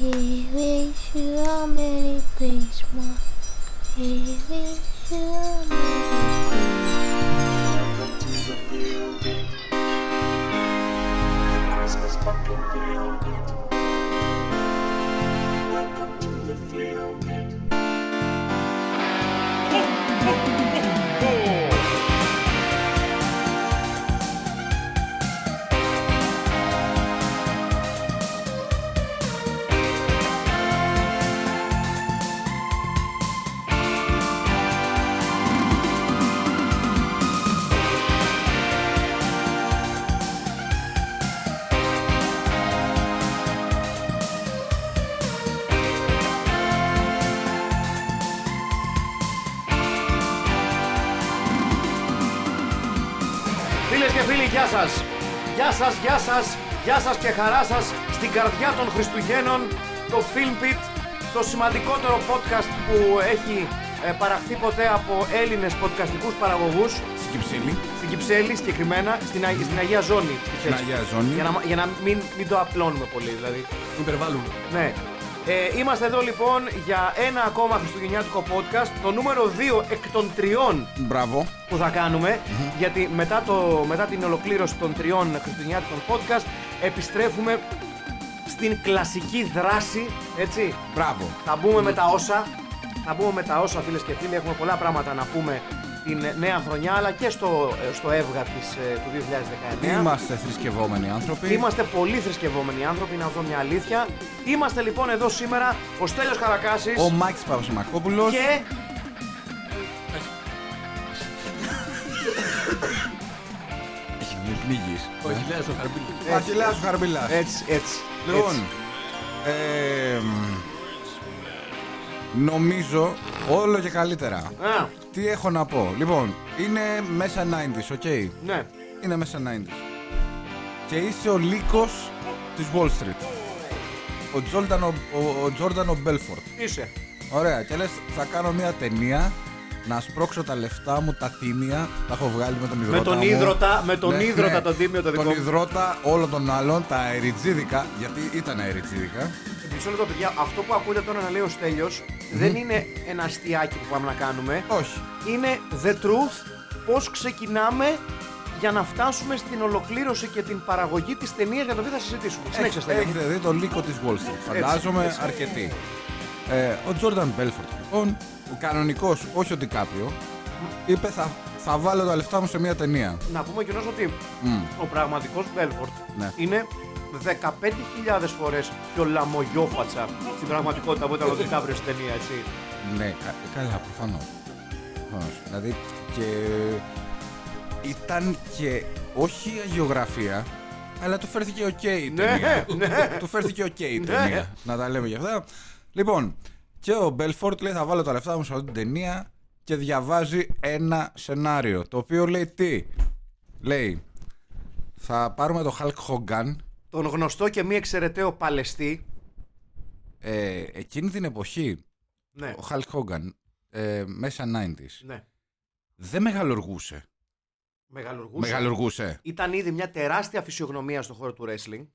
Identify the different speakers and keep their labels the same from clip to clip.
Speaker 1: We wish you a Merry Christmas. We wish you a Merry
Speaker 2: Welcome to the building. The Christmas pumpkin fielded. Welcome to the fielded.
Speaker 3: Φίλε και φίλοι, γεια σας! Γεια σας, γεια σας, γεια σας και χαρά σας στην καρδιά των Χριστουγέννων, το Film Pit, το σημαντικότερο podcast που έχει ε, παραχθεί ποτέ από Έλληνες podcastικούς παραγωγούς,
Speaker 4: Στην Κυψέλη,
Speaker 3: στην Κυψέλη συγκεκριμένα, στην, Αγ- στην Αγία Ζώνη. της
Speaker 4: στην
Speaker 3: Κυψέλης.
Speaker 4: Αγία Ζώνη.
Speaker 3: Για να, για να μην, μην το απλώνουμε πολύ, δηλαδή.
Speaker 4: υπερβάλλουμε.
Speaker 3: Ναι. Ε, είμαστε εδώ λοιπόν για ένα ακόμα χριστουγεννιάτικο podcast, το νούμερο 2 εκ των τριών
Speaker 4: Μπράβο.
Speaker 3: που θα κανουμε γιατί μετά, το, μετά την ολοκλήρωση των τριών χριστουγεννιάτικων podcast επιστρέφουμε στην κλασική δράση, έτσι.
Speaker 4: Μπράβο.
Speaker 3: Θα μπούμε με τα όσα, θα μπούμε με τα όσα φίλες και φίλοι, έχουμε πολλά πράγματα να πούμε την νέα χρονιά, αλλά και στο, στο έβγα της, ε, του 2019.
Speaker 4: Είμαστε θρησκευόμενοι άνθρωποι.
Speaker 3: Είμαστε πολύ θρησκευόμενοι άνθρωποι, να δω μια αλήθεια. Είμαστε λοιπόν εδώ σήμερα ο Στέλιος Χαρακάσης
Speaker 4: Ο Μάκης Παπασημακόπουλος.
Speaker 3: και...
Speaker 4: Έχει γίνει πνίγης.
Speaker 5: Ο Αχιλέας ο Χαρμπίλης.
Speaker 4: Ο Αχιλέας ο Χαρμπίλας.
Speaker 3: Έτσι, έτσι.
Speaker 4: Λοιπόν,
Speaker 3: έτσι.
Speaker 4: ε, μ, νομίζω όλο και καλύτερα.
Speaker 3: Α,
Speaker 4: Τι έχω να πω. Λοιπόν, είναι μέσα 90s, οκ.
Speaker 3: ναι.
Speaker 4: Είναι μέσα 90s. Και είσαι ο λύκος της Wall Street. Ο Τζόρνταν ο, ο, ο Τζόρνταν ο Μπέλφορτ.
Speaker 3: Είσαι.
Speaker 4: Ωραία, και λες, θα κάνω μια ταινία να σπρώξω τα λεφτά μου, τα τίμια. Τα έχω βγάλει με τον υδρότα.
Speaker 3: τον
Speaker 4: μου. Ναι,
Speaker 3: ίδρωτα- με τον ίδρωτα το τίμιο το δικό
Speaker 4: Τον
Speaker 3: μου.
Speaker 4: υδρότα όλων των άλλων, τα αεριτζίδικα, γιατί ήταν αεριτζίδικα.
Speaker 3: Μισό λεπτό, παιδιά. Αυτό που ακούτε τώρα να λέει ο στελιος δεν είναι ένα αστείακι που πάμε να κάνουμε.
Speaker 4: Όχι.
Speaker 3: Είναι the truth. Πώς ξεκινάμε για να φτάσουμε στην ολοκλήρωση και την παραγωγή της ταινίας για την οποία θα συζητήσουμε. Συνέχισε,
Speaker 4: Έχετε,
Speaker 3: Στέλιο.
Speaker 4: έχετε δει το λύκο της Wall Street. Φαντάζομαι
Speaker 3: έτσι.
Speaker 4: αρκετοί. Ε, ο Τζόρνταν Μπέλφορτ, λοιπόν, ο κανονικός, όχι ο Ντικάπριο, είπε θα, θα βάλω τα λεφτά μου σε μια ταινία.
Speaker 3: Να πούμε κιόλα ότι ο πραγματικός Μπέλφορτ
Speaker 4: Ναι.
Speaker 3: είναι 15.000 φορές πιο λαμογιόφατσα στην πραγματικότητα που ήταν ο Δικάβριο στην ταινία, έτσι.
Speaker 4: Ναι, κα- καλά, προφανώ. Δηλαδή και. ήταν και όχι αγιογραφία, αλλά του φέρθηκε οκ η ταινία.
Speaker 3: Ναι, ναι.
Speaker 4: Του φέρθηκε οκ η
Speaker 3: Ναι.
Speaker 4: ταινία. Να τα λέμε για αυτά. Λοιπόν, και ο Μπέλφορτ λέει: Θα βάλω τα λεφτά μου σε αυτή την ταινία και διαβάζει ένα σενάριο. Το οποίο λέει τι. Λέει, θα πάρουμε το Hulk Hogan.
Speaker 3: Τον γνωστό και μη εξαιρεταίο Παλαιστή.
Speaker 4: Ε, εκείνη την εποχή,
Speaker 3: Ναι,
Speaker 4: ο Hulk Hogan, ε, μέσα 90s,
Speaker 3: ναι.
Speaker 4: δεν μεγαλοργούσε.
Speaker 3: Μεγαλουργούσε.
Speaker 4: Μεγαλουργούσε.
Speaker 3: Ήταν ήδη μια τεράστια φυσιογνωμία στον χώρο του wrestling.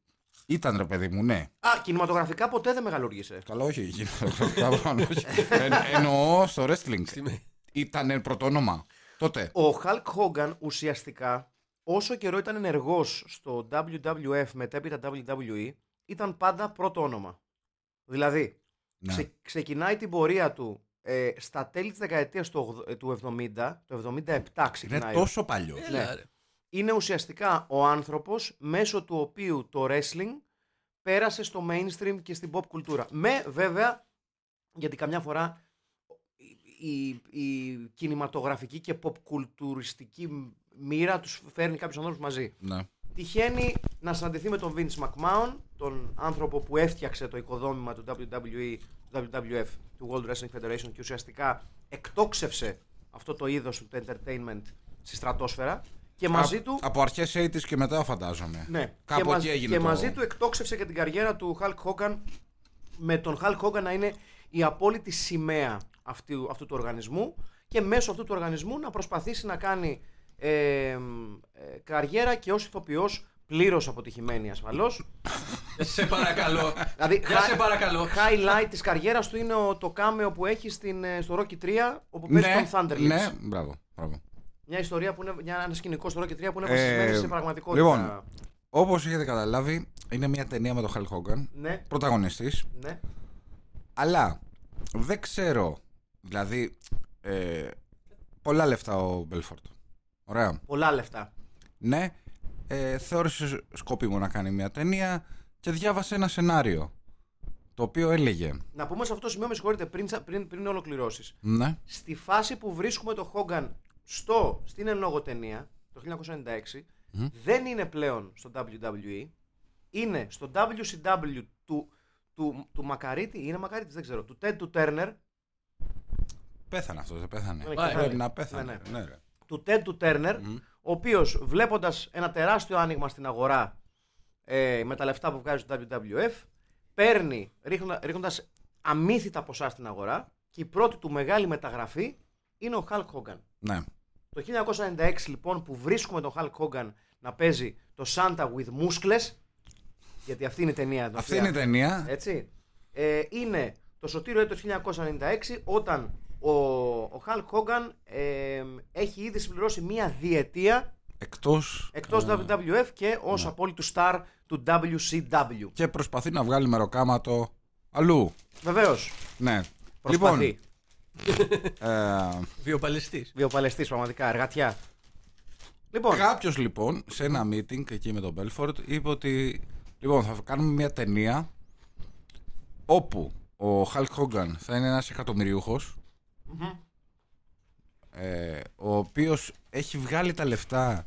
Speaker 4: Ήταν ρε παιδί μου, ναι.
Speaker 3: Α, κινηματογραφικά ποτέ δεν μεγαλούργησε.
Speaker 4: Καλά, όχι. γυναίκα, πάνω, όχι. Εν, εννοώ στο wrestling.
Speaker 5: Είμαι-
Speaker 4: Ήταν πρωτόνομα. Τότε.
Speaker 3: Ο Hulk Hogan ουσιαστικά, όσο καιρό ήταν ενεργός στο WWF μετέπειτα WWE, ήταν πάντα πρώτο όνομα. Δηλαδή,
Speaker 4: Ναι.
Speaker 3: ξε- ξεκινάει την πορεία του ε, στα τέλη της δεκαετίας του, ογδο- ε, του 70, το 77
Speaker 4: Είναι
Speaker 3: ξεκινάει.
Speaker 4: τόσο παλιός.
Speaker 3: Ε, ναι.
Speaker 5: Έλα, ρε.
Speaker 3: Είναι ουσιαστικά ο άνθρωπος μέσω του οποίου το wrestling πέρασε στο mainstream και στην pop κουλτούρα. Με βέβαια, γιατί καμιά φορά η, η- η κινηματογραφική και pop κουλτουριστική μοίρα τους φέρνει κάποιους ανθρώπους μαζί.
Speaker 4: Ναι.
Speaker 3: Τυχαίνει να συναντηθεί με τον Vince McMahon, τον άνθρωπο που έφτιαξε το οικοδόμημα του E, WWE, του WWF, του World Wrestling Federation και ουσιαστικά εκτόξευσε αυτό το είδος του entertainment στη στρατόσφαιρα και μαζί
Speaker 4: Α-
Speaker 3: του...
Speaker 4: Από αρχές 80 και μετά, φαντάζομαι.
Speaker 3: Ναι.
Speaker 4: Κάπου
Speaker 3: και, μαζ-
Speaker 4: εκεί έγινε
Speaker 3: και
Speaker 4: το...
Speaker 3: μαζί του εκτόξευσε και την καριέρα του Hulk Hogan με τον Hulk Hogan να είναι η απόλυτη σημαία αυτού, αυτού του οργανισμού και μέσω αυτού του οργανισμού να προσπαθήσει να κάνει ε, ε, καριέρα και ως ηθοποιός πλήρως αποτυχημένη ασφαλώς
Speaker 5: σε παρακαλώ.
Speaker 3: Δηλαδή,
Speaker 5: Για σε
Speaker 3: χα-
Speaker 5: παρακαλώ.
Speaker 3: highlight της καριέρας του είναι ο- το κάμεο που έχει στην, ε, στο Rocky 3 όπου παίζει τον Thunderlips.
Speaker 4: ναι, μπράβο. μπράβο.
Speaker 3: Μια ιστορία που είναι μια, ένα σκηνικό στο Rocky 3 που είναι
Speaker 4: Ε,
Speaker 3: βασισμένη σε πραγματικότητα.
Speaker 4: λοιπόν. Όπως έχετε καταλάβει, είναι μια ταινία με τον Χαλ Χόγκαν.
Speaker 3: Ναι,
Speaker 4: Πρωταγωνιστής.
Speaker 3: ναι.
Speaker 4: Αλλά δεν ξέρω. Δηλαδή. Ε, πολλά λεφτά ο Μπέλφορντ. Ωραία.
Speaker 3: Πολλά λεφτά.
Speaker 4: Ναι. Ε, θεώρησε σκόπιμο να κάνει μια ταινία και διάβασε ένα σενάριο. Το οποίο έλεγε.
Speaker 3: Να πούμε σε αυτό το σημείο, με συγχωρείτε, πριν, τσα- πριν, πριν ολοκληρώσεις.
Speaker 4: Ναι.
Speaker 3: Στη φάση που βρίσκουμε το Χόγκαν στο, στην εν λόγω ταινία το 1996, δεν είναι πλέον στο WWE, είναι στο WCW του, του, του Μακαρίτη, είναι Μακαρίτης, δεν ξέρω, του Ted του Turner,
Speaker 4: Πέθανε αυτός, δεν πέθανε.
Speaker 3: Ναι,
Speaker 5: Πάει,
Speaker 4: Πρέπει
Speaker 3: πέθανε.
Speaker 4: να πέθανε.
Speaker 3: Ναι,
Speaker 4: Ναι, ρε.
Speaker 3: του Ted του Turner, ο οποίος βλέποντας ένα τεράστιο άνοιγμα στην αγορά ε, με τα λεφτά που βγάζει το WWF, παίρνει ρίχνοντα αμύθιτα ποσά στην αγορά και η πρώτη του μεγάλη μεταγραφή είναι ο Hulk Hogan.
Speaker 4: ναι.
Speaker 3: Το 1996 λοιπόν που βρίσκουμε τον Hulk Hogan να παίζει το Santa with Muscles, γιατί αυτή είναι η ταινία. την
Speaker 4: Αυτή
Speaker 3: οποία-
Speaker 4: είναι η ταινία.
Speaker 3: έτσι. Ε, είναι το σωτήριο έτος 1996 όταν ο, ο Χαλ Κόγκαν έχει ήδη συμπληρώσει μία διετία
Speaker 4: Εκτός.
Speaker 3: εκτός WWF και ως απόλυτου star του WCW.
Speaker 4: Και προσπαθεί να βγάλει μεροκάματο αλλού.
Speaker 3: Βεβαίως,
Speaker 4: Ναι.
Speaker 3: προσπαθεί.
Speaker 4: Λοιπόν, ε,
Speaker 5: Βιοπαλαιστής.
Speaker 3: Βιοπαλαιστής πραγματικά, εργατιά. Λοιπόν,
Speaker 4: Κάποιος λοιπόν σε ένα meeting εκεί με τον Belfort είπε ότι λοιπόν θα κάνουμε μια ταινία όπου ο Hulk Hogan θα είναι ένας εκατομμυριούχος, ε, ο οποίος έχει βγάλει τα λεφτά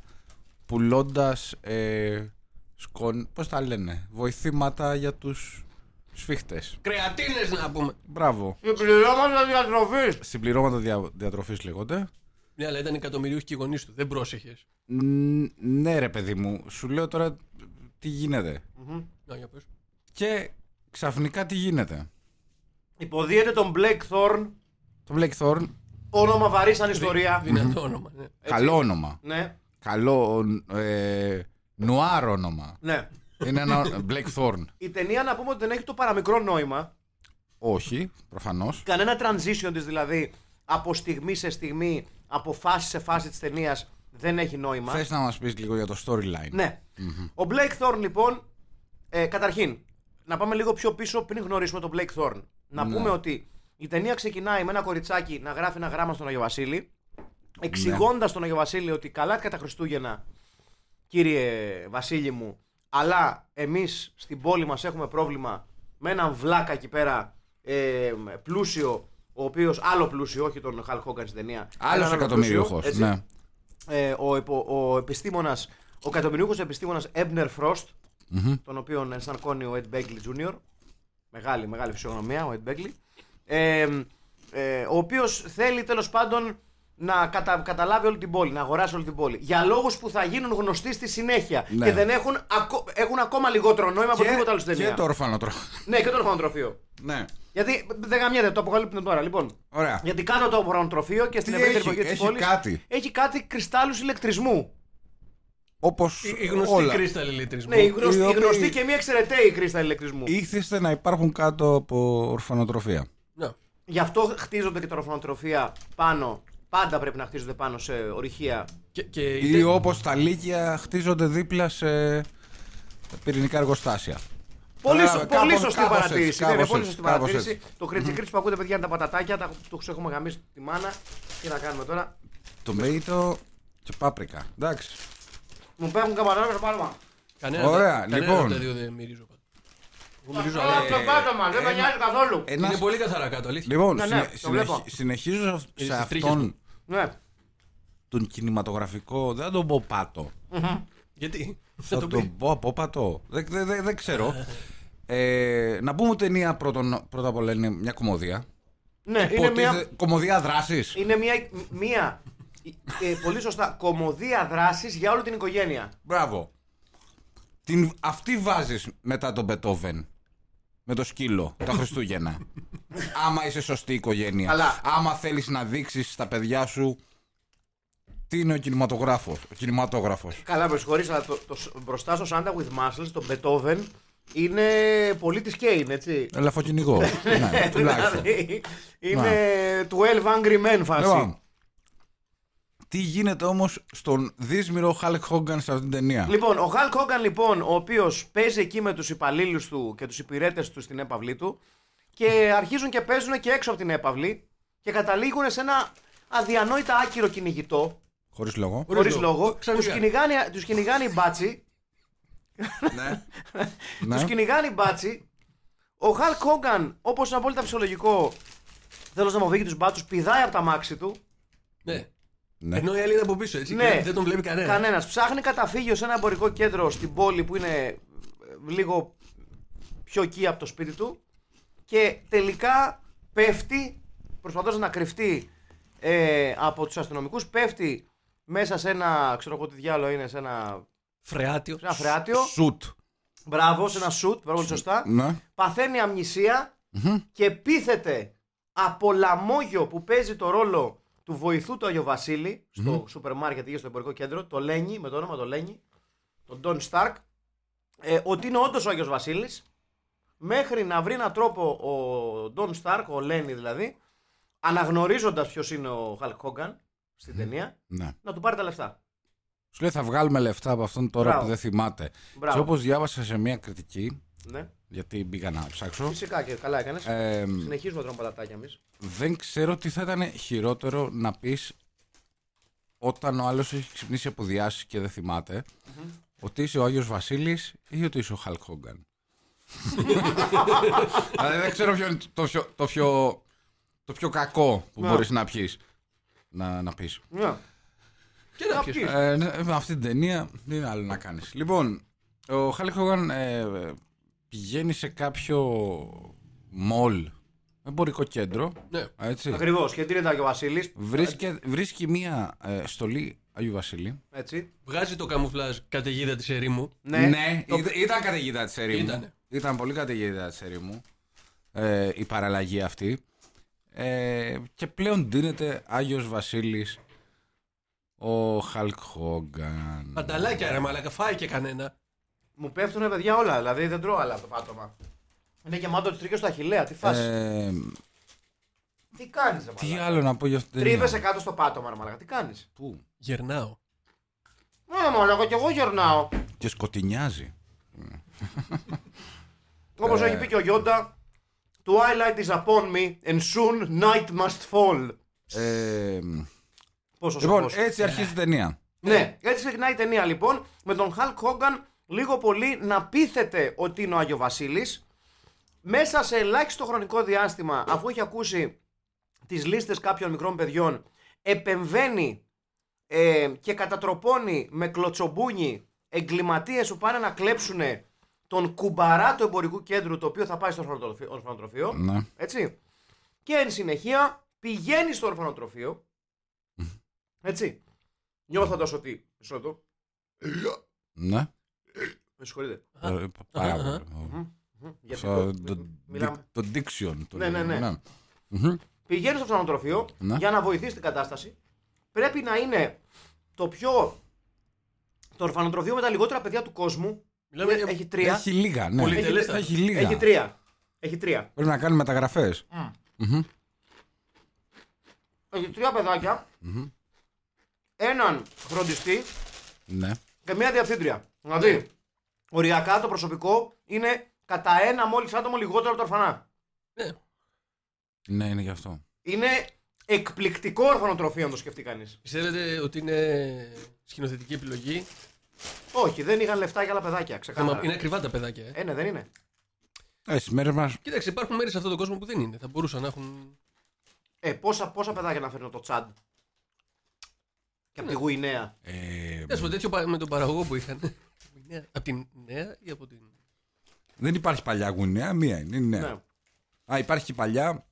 Speaker 4: πουλώντας ε, σκον, πώς τα λένε, βοηθήματα για τους σφίχτες.
Speaker 5: Κρεατίνες να πούμε.
Speaker 4: Μπράβο.
Speaker 3: συμπληρώματα διατροφής.
Speaker 4: Συμπληρώματα δια, διατροφής λέγονται.
Speaker 5: Ναι, αλλά ήταν εκατομμυρίουχοι και οι γονείς του. Δεν πρόσεχες.
Speaker 4: Ν- Ναι ρε παιδί μου, σου λέω τώρα τι γίνεται.
Speaker 5: Να για πες.
Speaker 4: Και ξαφνικά τι γίνεται.
Speaker 3: Υποδίεται τον Blackthorn,
Speaker 4: Το Blackthorn,
Speaker 3: όνομα βαρύ σαν ιστορία.
Speaker 5: Δυνατό όνομα. Ναι.
Speaker 4: καλό όνομα.
Speaker 3: Ναι,
Speaker 4: Καλό ε, νουάρ όνομα.
Speaker 3: ναι.
Speaker 4: Είναι ένα Blackthorn.
Speaker 3: Η ταινία να πούμε ότι δεν έχει το παραμικρό νόημα.
Speaker 4: Όχι, προφανώς.
Speaker 3: κανένα transition της δηλαδή από στιγμή σε στιγμή, από φάση σε φάση της ταινίας δεν έχει νόημα.
Speaker 4: Θες να μας πεις λίγο για το storyline.
Speaker 3: Ναι. Ο Blake Thorne λοιπόν, ε, καταρχήν, να πάμε λίγο πιο πίσω πριν γνωρίσουμε τον Blake Thorne. Να πούμε ότι η ταινία ξεκινάει με ένα κοριτσάκι να γράφει ένα γράμμα στον Άγιο Βασίλη, εξηγώντας τον Άγιο Βασίλη ότι καλά κατά Χριστούγεννα, κύριε Βασίλη μου, αλλά εμείς στην πόλη μας έχουμε πρόβλημα με έναν βλάκα εκεί πέρα ε, πλούσιο, ο οποίος άλλο πλούσιο, όχι τον Χαλ Χόγκαν στην ταινία.
Speaker 4: Άλλος
Speaker 3: έναν άλλο
Speaker 4: εκατομμυρίουχο.
Speaker 3: πλούσιο, έτσι
Speaker 4: Ναι.
Speaker 3: ε, ο, επο- ο επιστήμονας, ο κατομμυριούχος επιστήμονας Έμπνερ Φρόστ, τον οποίο ενσαρκώνει ο Ed Begley Jr. Μεγάλη, μεγάλη φυσιογνωμία ο Ed Begley. Ε, ε, ο οποίος θέλει τέλος πάντων να κατα, καταλάβει όλη την πόλη, να αγοράσει όλη την πόλη. Για λόγους που θα γίνουν γνωστοί στη συνέχεια.
Speaker 4: Ναι.
Speaker 3: Και δεν έχουν, ακο- έχουν ακόμα λιγότερο νόημα από τίποτα άλλο στην ταινία.
Speaker 4: και το ορφανοτρό.
Speaker 3: Ναι, και το ορφανοτροφείο.
Speaker 4: ναι.
Speaker 3: Γιατί δεν γαμιέται, το αποκαλύπτουν τώρα. Λοιπόν,
Speaker 4: Ωραία.
Speaker 3: γιατί κάτω από το ορφανοτροφείο και στην
Speaker 4: Τι
Speaker 3: ευρύτερη
Speaker 4: έχει,
Speaker 3: περιοχή της
Speaker 4: έχει
Speaker 3: πόλης
Speaker 4: κάτι.
Speaker 3: έχει κάτι κρυστάλλους ηλεκτρισμού.
Speaker 4: Όπως
Speaker 5: Η, η γνωστή
Speaker 4: όλα.
Speaker 5: κρίσταλη ηλεκτρισμού.
Speaker 3: Ναι, η γνωστή,
Speaker 4: Οι
Speaker 3: η γνωστή
Speaker 4: οποίοι-
Speaker 3: και μία εξαιρεταίη κρίστα ηλεκτρισμού.
Speaker 4: Ήχθηστε να υπάρχουν κάτω από ορφανοτροφία.
Speaker 5: Ναι.
Speaker 3: Γι' αυτό χτίζονται και τα ορφανοτροφία πάνω. Πάντα πρέπει να χτίζονται πάνω σε ορυχεία.
Speaker 5: Και, και η
Speaker 4: Ή όπω τα λύκια χτίζονται δίπλα σε πυρηνικά εργοστάσια.
Speaker 3: Πολύ,
Speaker 4: Τώρα,
Speaker 3: σω,
Speaker 4: κάπως-
Speaker 3: πολύ σωστή
Speaker 4: κάπως
Speaker 3: παρατήρηση.
Speaker 4: έτσι,
Speaker 3: ναι, ναι,
Speaker 4: κάπως
Speaker 3: πολύ
Speaker 4: έτσι,
Speaker 3: σωστή
Speaker 4: κάπως
Speaker 3: παρατήρηση.
Speaker 4: έτσι.
Speaker 3: Το κριτσικρίτσι που ακούτε, παιδιά, είναι τα πατατάκια. Τα, τους έχουμε γαμίσει τη μάνα. Τι να κάνουμε τώρα.
Speaker 4: Τομπέιτο και πάπρικα. Εντάξει.
Speaker 3: Μου πέφτουν καμπανάκι στο πάλμα.
Speaker 5: Κανένα,
Speaker 4: Ωραία,
Speaker 5: κανένα
Speaker 4: λοιπόν.
Speaker 5: από τα δύο δεν μυρίζω πάντα. Εγώ μυρίζω
Speaker 4: ε,
Speaker 3: Τώρα
Speaker 5: αλλά
Speaker 3: το πάτωμα, δεν με νοιάζει καθόλου.
Speaker 5: είναι πολύ καθαρά κάτω, αλήθεια.
Speaker 4: Λοιπόν,
Speaker 3: Ναι, ναι,
Speaker 4: συνε...
Speaker 3: το
Speaker 4: συνεχ-
Speaker 3: βλέπω.
Speaker 4: συνεχίζω σε αυ- σε
Speaker 5: στις τρίχες
Speaker 4: αυτόν
Speaker 5: μου.
Speaker 3: Ναι.
Speaker 4: τον κινηματογραφικό, δεν θα τον πω πάτο.
Speaker 5: Γιατί θα
Speaker 4: θα
Speaker 5: το πει.
Speaker 4: τον πω απόπατο. Δεν, δεν, δεν, δεν ξέρω. ε, να πούμε ότι η ταινία πρώτον, πρώτα απ' όλα είναι μια κομμωδία.
Speaker 3: Ναι, είναι μία,
Speaker 4: Υποτίθεται- Κομμωδία δράσης.
Speaker 3: είναι μία, μία ε, πολύ σωστά, κομμωδία δράσης για όλη την οικογένεια.
Speaker 4: Μπράβο. Την, αυτή βάζεις μετά τον Μπετόβεν. Με το σκύλο, τα Χριστούγεννα. Άμα είσαι σωστή οικογένεια.
Speaker 3: Αλλά-
Speaker 4: Άμα θέλεις να δείξεις στα παιδιά σου τι είναι ο κινηματογράφος. Ο κινηματόγραφος.
Speaker 3: Καλά, με συγχωρείς, αλλά το, το, σ- μπροστά στο Santa with Muscles, τον Beethoven, Είναι πολίτη Κέιν, έτσι.
Speaker 4: Λαφοκυνηγό. ναι, τουλάχιστον.
Speaker 3: Δηλαδή, είναι 12 Angry Men φάση.
Speaker 4: Λοιπόν, τι γίνεται όμως στον δύσμηρο Χάλκ Χόγκαν σε αυτήν την ταινία.
Speaker 3: Λοιπόν, ο Χαλ Κόγκαν, λοιπόν, ο οποίος παίζει εκεί με τους υπαλλήλους του και τους υπηρέτες του στην έπαυλή του και αρχίζουν και παίζουν και έξω από την έπαυλη και καταλήγουν σε ένα αδιανόητα άκυρο κυνηγητό,
Speaker 4: Χωρίς λόγο.
Speaker 5: Χωρίς
Speaker 3: χωρίς
Speaker 5: λόγο.
Speaker 3: λόγο. Του
Speaker 5: Ξαφνικά.
Speaker 3: κυνηγάνε, τους κυνηγάνε οι μπάτσι.
Speaker 4: ναι.
Speaker 3: Τους κυνηγάνε οι μπάτσι. Ο Χαλ Κόγκαν, όπως είναι απόλυτα φυσιολογικό, θέλω να μου βγει τους μπάτσους, πηδάει από τα μάξι του.
Speaker 5: Ναι.
Speaker 4: Ναι.
Speaker 5: Ενώ η άλλη είναι από πίσω, έτσι.
Speaker 3: Ναι.
Speaker 5: και Δεν τον βλέπει κανένα.
Speaker 3: Κανένας. Ψάχνει καταφύγιο σε ένα εμπορικό κέντρο στην πόλη που είναι ε, λίγο πιο εκεί από το σπίτι του. Και τελικά πέφτει, προσπαθώντας να κρυφτεί ε, από τους αστυνομικούς, πέφτει μέσα σε ένα. ξέρω εγώ τι διάλογο είναι, σε ένα,
Speaker 5: Φρεάτιο.
Speaker 3: σε ένα φρεάτιο.
Speaker 4: Σουτ.
Speaker 3: Μπράβο, σε ένα σουτ, μπράβο, σωστά.
Speaker 4: Ναι.
Speaker 3: Παθαίνει αμνησία και πείθεται από λαμόγιο που παίζει το ρόλο του βοηθού του Αγιο Βασίλη στο σούπερ μάρκετ ή στο εμπορικό κέντρο, το Λένι, με το όνομα το Λένι, τον Ντόν Σταρκ, ε, ότι είναι όντως ο Άγιος Βασίλης, μέχρι να βρει έναν τρόπο ο Ντόν Σταρκ, ο Λένι δηλαδή, αναγνωρίζοντας ποιος είναι ο Χαλκ Χόγκαν στην ταινία,
Speaker 4: ναι.
Speaker 3: να του πάρει τα λεφτά.
Speaker 4: Σου λέει θα βγάλουμε λεφτά από αυτόν τώρα
Speaker 3: Μπράβο.
Speaker 4: που δεν θυμάται.
Speaker 3: Μπράβο.
Speaker 4: Και όπως διάβασα σε μια κριτική,
Speaker 3: Ναι.
Speaker 4: γιατί μπήκα να ψάξω,
Speaker 3: Φυσικά και καλά έκανες.
Speaker 4: ε,
Speaker 3: Συνεχίζουμε να τρώμε πατατάκια εμείς.
Speaker 4: δεν ξέρω τι θα ήταν χειρότερο να πεις όταν ο άλλος έχει ξυπνήσει από διάσει και δεν θυμάται, ότι είσαι ο Άγιος Βασίλης ή ότι είσαι ο Χαλκ Χόγκαν. δηλαδή δεν ξέρω ποιο είναι το πιο, το πιο, το πιο κακό που
Speaker 3: Ναι.
Speaker 4: μπορείς να πιεις. Να, να πεις.
Speaker 3: Ναι.
Speaker 5: Και να
Speaker 3: Να
Speaker 5: πιεις.
Speaker 3: πιεις.
Speaker 4: Ε, ναι, με αυτή την ταινία δεν είναι άλλο να κάνεις. Λοιπόν, ο Χάλικ Χόγκαν ε, πηγαίνει σε κάποιο μολ, εμπορικό κέντρο,
Speaker 5: Ναι.
Speaker 4: έτσι.
Speaker 3: Ακριβώς. Και τι είναι το Άγιο Βασίλης.
Speaker 4: Βρίσκε, βρίσκει μία ε, στολή Αγίου Βασίλη.
Speaker 3: Έτσι.
Speaker 5: Βγάζει το καμουφλάζ καταιγίδα της ερήμου.
Speaker 3: Ναι.
Speaker 4: το- ήταν, ήταν καταιγίδα της ερήμου.
Speaker 5: Ήτανε.
Speaker 4: Ήταν πολύ καταιγίδα της ερήμου ε, η παραλλαγή αυτή. Ε, και πλέον ντύνεται Άγιος Βασίλης ο Χαλκ Χόγκαν.
Speaker 5: Πανταλάκια ρε μαλακα, φάει και κανένα.
Speaker 3: Μου πέφτουνε παιδιά όλα, δηλαδή δεν τρώω άλλα άτομα. Είναι γεμάτο τρίκιο στο αχηλέα, τι φάση.
Speaker 4: Ε,
Speaker 3: Τι κάνεις, ρε
Speaker 4: τι
Speaker 3: μαλάκα.
Speaker 4: άλλο να πω για αυτήν την ταινία.
Speaker 3: Τρίβεσαι κάτω στο πάτωμα, ρε μαλάκα, τι κάνεις.
Speaker 4: Πού?
Speaker 5: Γερνάω.
Speaker 3: Ναι, μαλάκα, κι εγώ γερνάω.
Speaker 4: Και σκοτεινιάζει.
Speaker 3: Όπως
Speaker 4: Ε.
Speaker 3: έχει πει και ο Γιόντα, Twilight is upon me and soon night must fall.
Speaker 4: Ε,
Speaker 3: Πόσο
Speaker 4: λοιπόν,
Speaker 3: σοφός.
Speaker 4: έτσι αρχίζει η ταινία.
Speaker 3: Ναι, έτσι ξεκινάει η ταινία λοιπόν με τον Χαλκ Χόγκαν λίγο πολύ να πείθεται ότι είναι ο Άγιος Βασίλης. Μέσα σε ελάχιστο χρονικό διάστημα, αφού έχει ακούσει τις λίστες κάποιων μικρών παιδιών, επεμβαίνει ε, και κατατροπώνει με κλωτσομπούνι εγκληματίες που πάνε να κλέψουν τον κουμπαρά του εμπορικού κέντρου το οποίο θα πάει στο ορφανοτροφείο- ορφανοτροφείο.
Speaker 4: Ναι.
Speaker 3: Έτσι. Και εν συνεχεία πηγαίνει στο ορφανοτροφείο. Έτσι. Νιώθοντας ότι. Μισό λεπτό.
Speaker 4: Ναι.
Speaker 3: Με συγχωρείτε.
Speaker 4: Ε, Πάρα πολύ.
Speaker 3: Γιατί
Speaker 4: Στο-
Speaker 3: το-
Speaker 4: το-
Speaker 3: μιλάμε.
Speaker 4: Το diction. το
Speaker 3: Ναι, ναι,
Speaker 4: λέμε,
Speaker 3: ναι. Πηγαίνει στο ορφανοτροφείο
Speaker 4: Ναι.
Speaker 3: για να βοηθήσει την κατάσταση. Πρέπει να είναι το πιο. Το ορφανοτροφείο με τα λιγότερα παιδιά του κόσμου.
Speaker 5: Μιλάμε
Speaker 3: Ε,
Speaker 5: για-
Speaker 3: Έχει τρία.
Speaker 4: Έχει λίγα, ναι.
Speaker 5: Πολυτελέστα.
Speaker 4: Έχει λίγα.
Speaker 3: Έχει τρία. Έχει τρία.
Speaker 4: Πρέπει να κάνει μεταγραφές.
Speaker 3: Έχει τρία παιδάκια. Έναν φροντιστή
Speaker 4: Ναι.
Speaker 3: και μία διευθύντρια. Δηλαδή, οριακά το προσωπικό είναι κατά ένα μόλις άτομο λιγότερο από τα ορφανά.
Speaker 5: Ναι.
Speaker 4: Ναι, είναι γι' αυτό.
Speaker 3: Είναι εκπληκτικό ορφανοτροφείο, αν το σκεφτεί κανείς.
Speaker 5: Πιστεύετε ότι είναι σκηνοθετική επιλογή.
Speaker 3: Όχι, δεν είχαν λεφτά για άλλα παιδάκια, ξεκάθαρα.
Speaker 5: Θέμα- Είναι ακριβά τα παιδάκια. Ε.
Speaker 3: Ε, ναι, δεν είναι.
Speaker 4: Ε, στις μέρες μας
Speaker 5: Κοίταξε, υπάρχουν μέρη σε αυτόν τον κόσμο που δεν είναι. Θα μπορούσαν να έχουν.
Speaker 3: Ε, πόσα, πόσα παιδάκια να φέρνω το τσάντ. Και από τη Γουινέα.
Speaker 4: ε,
Speaker 5: Τέλο τέτοιο πα- με τον παραγωγό που είχαν. από την νέα ή από την.
Speaker 4: δεν υπάρχει παλιά Γουινέα, μία είναι. είναι νέα.
Speaker 3: Ναι.
Speaker 4: Α, υπάρχει και παλιά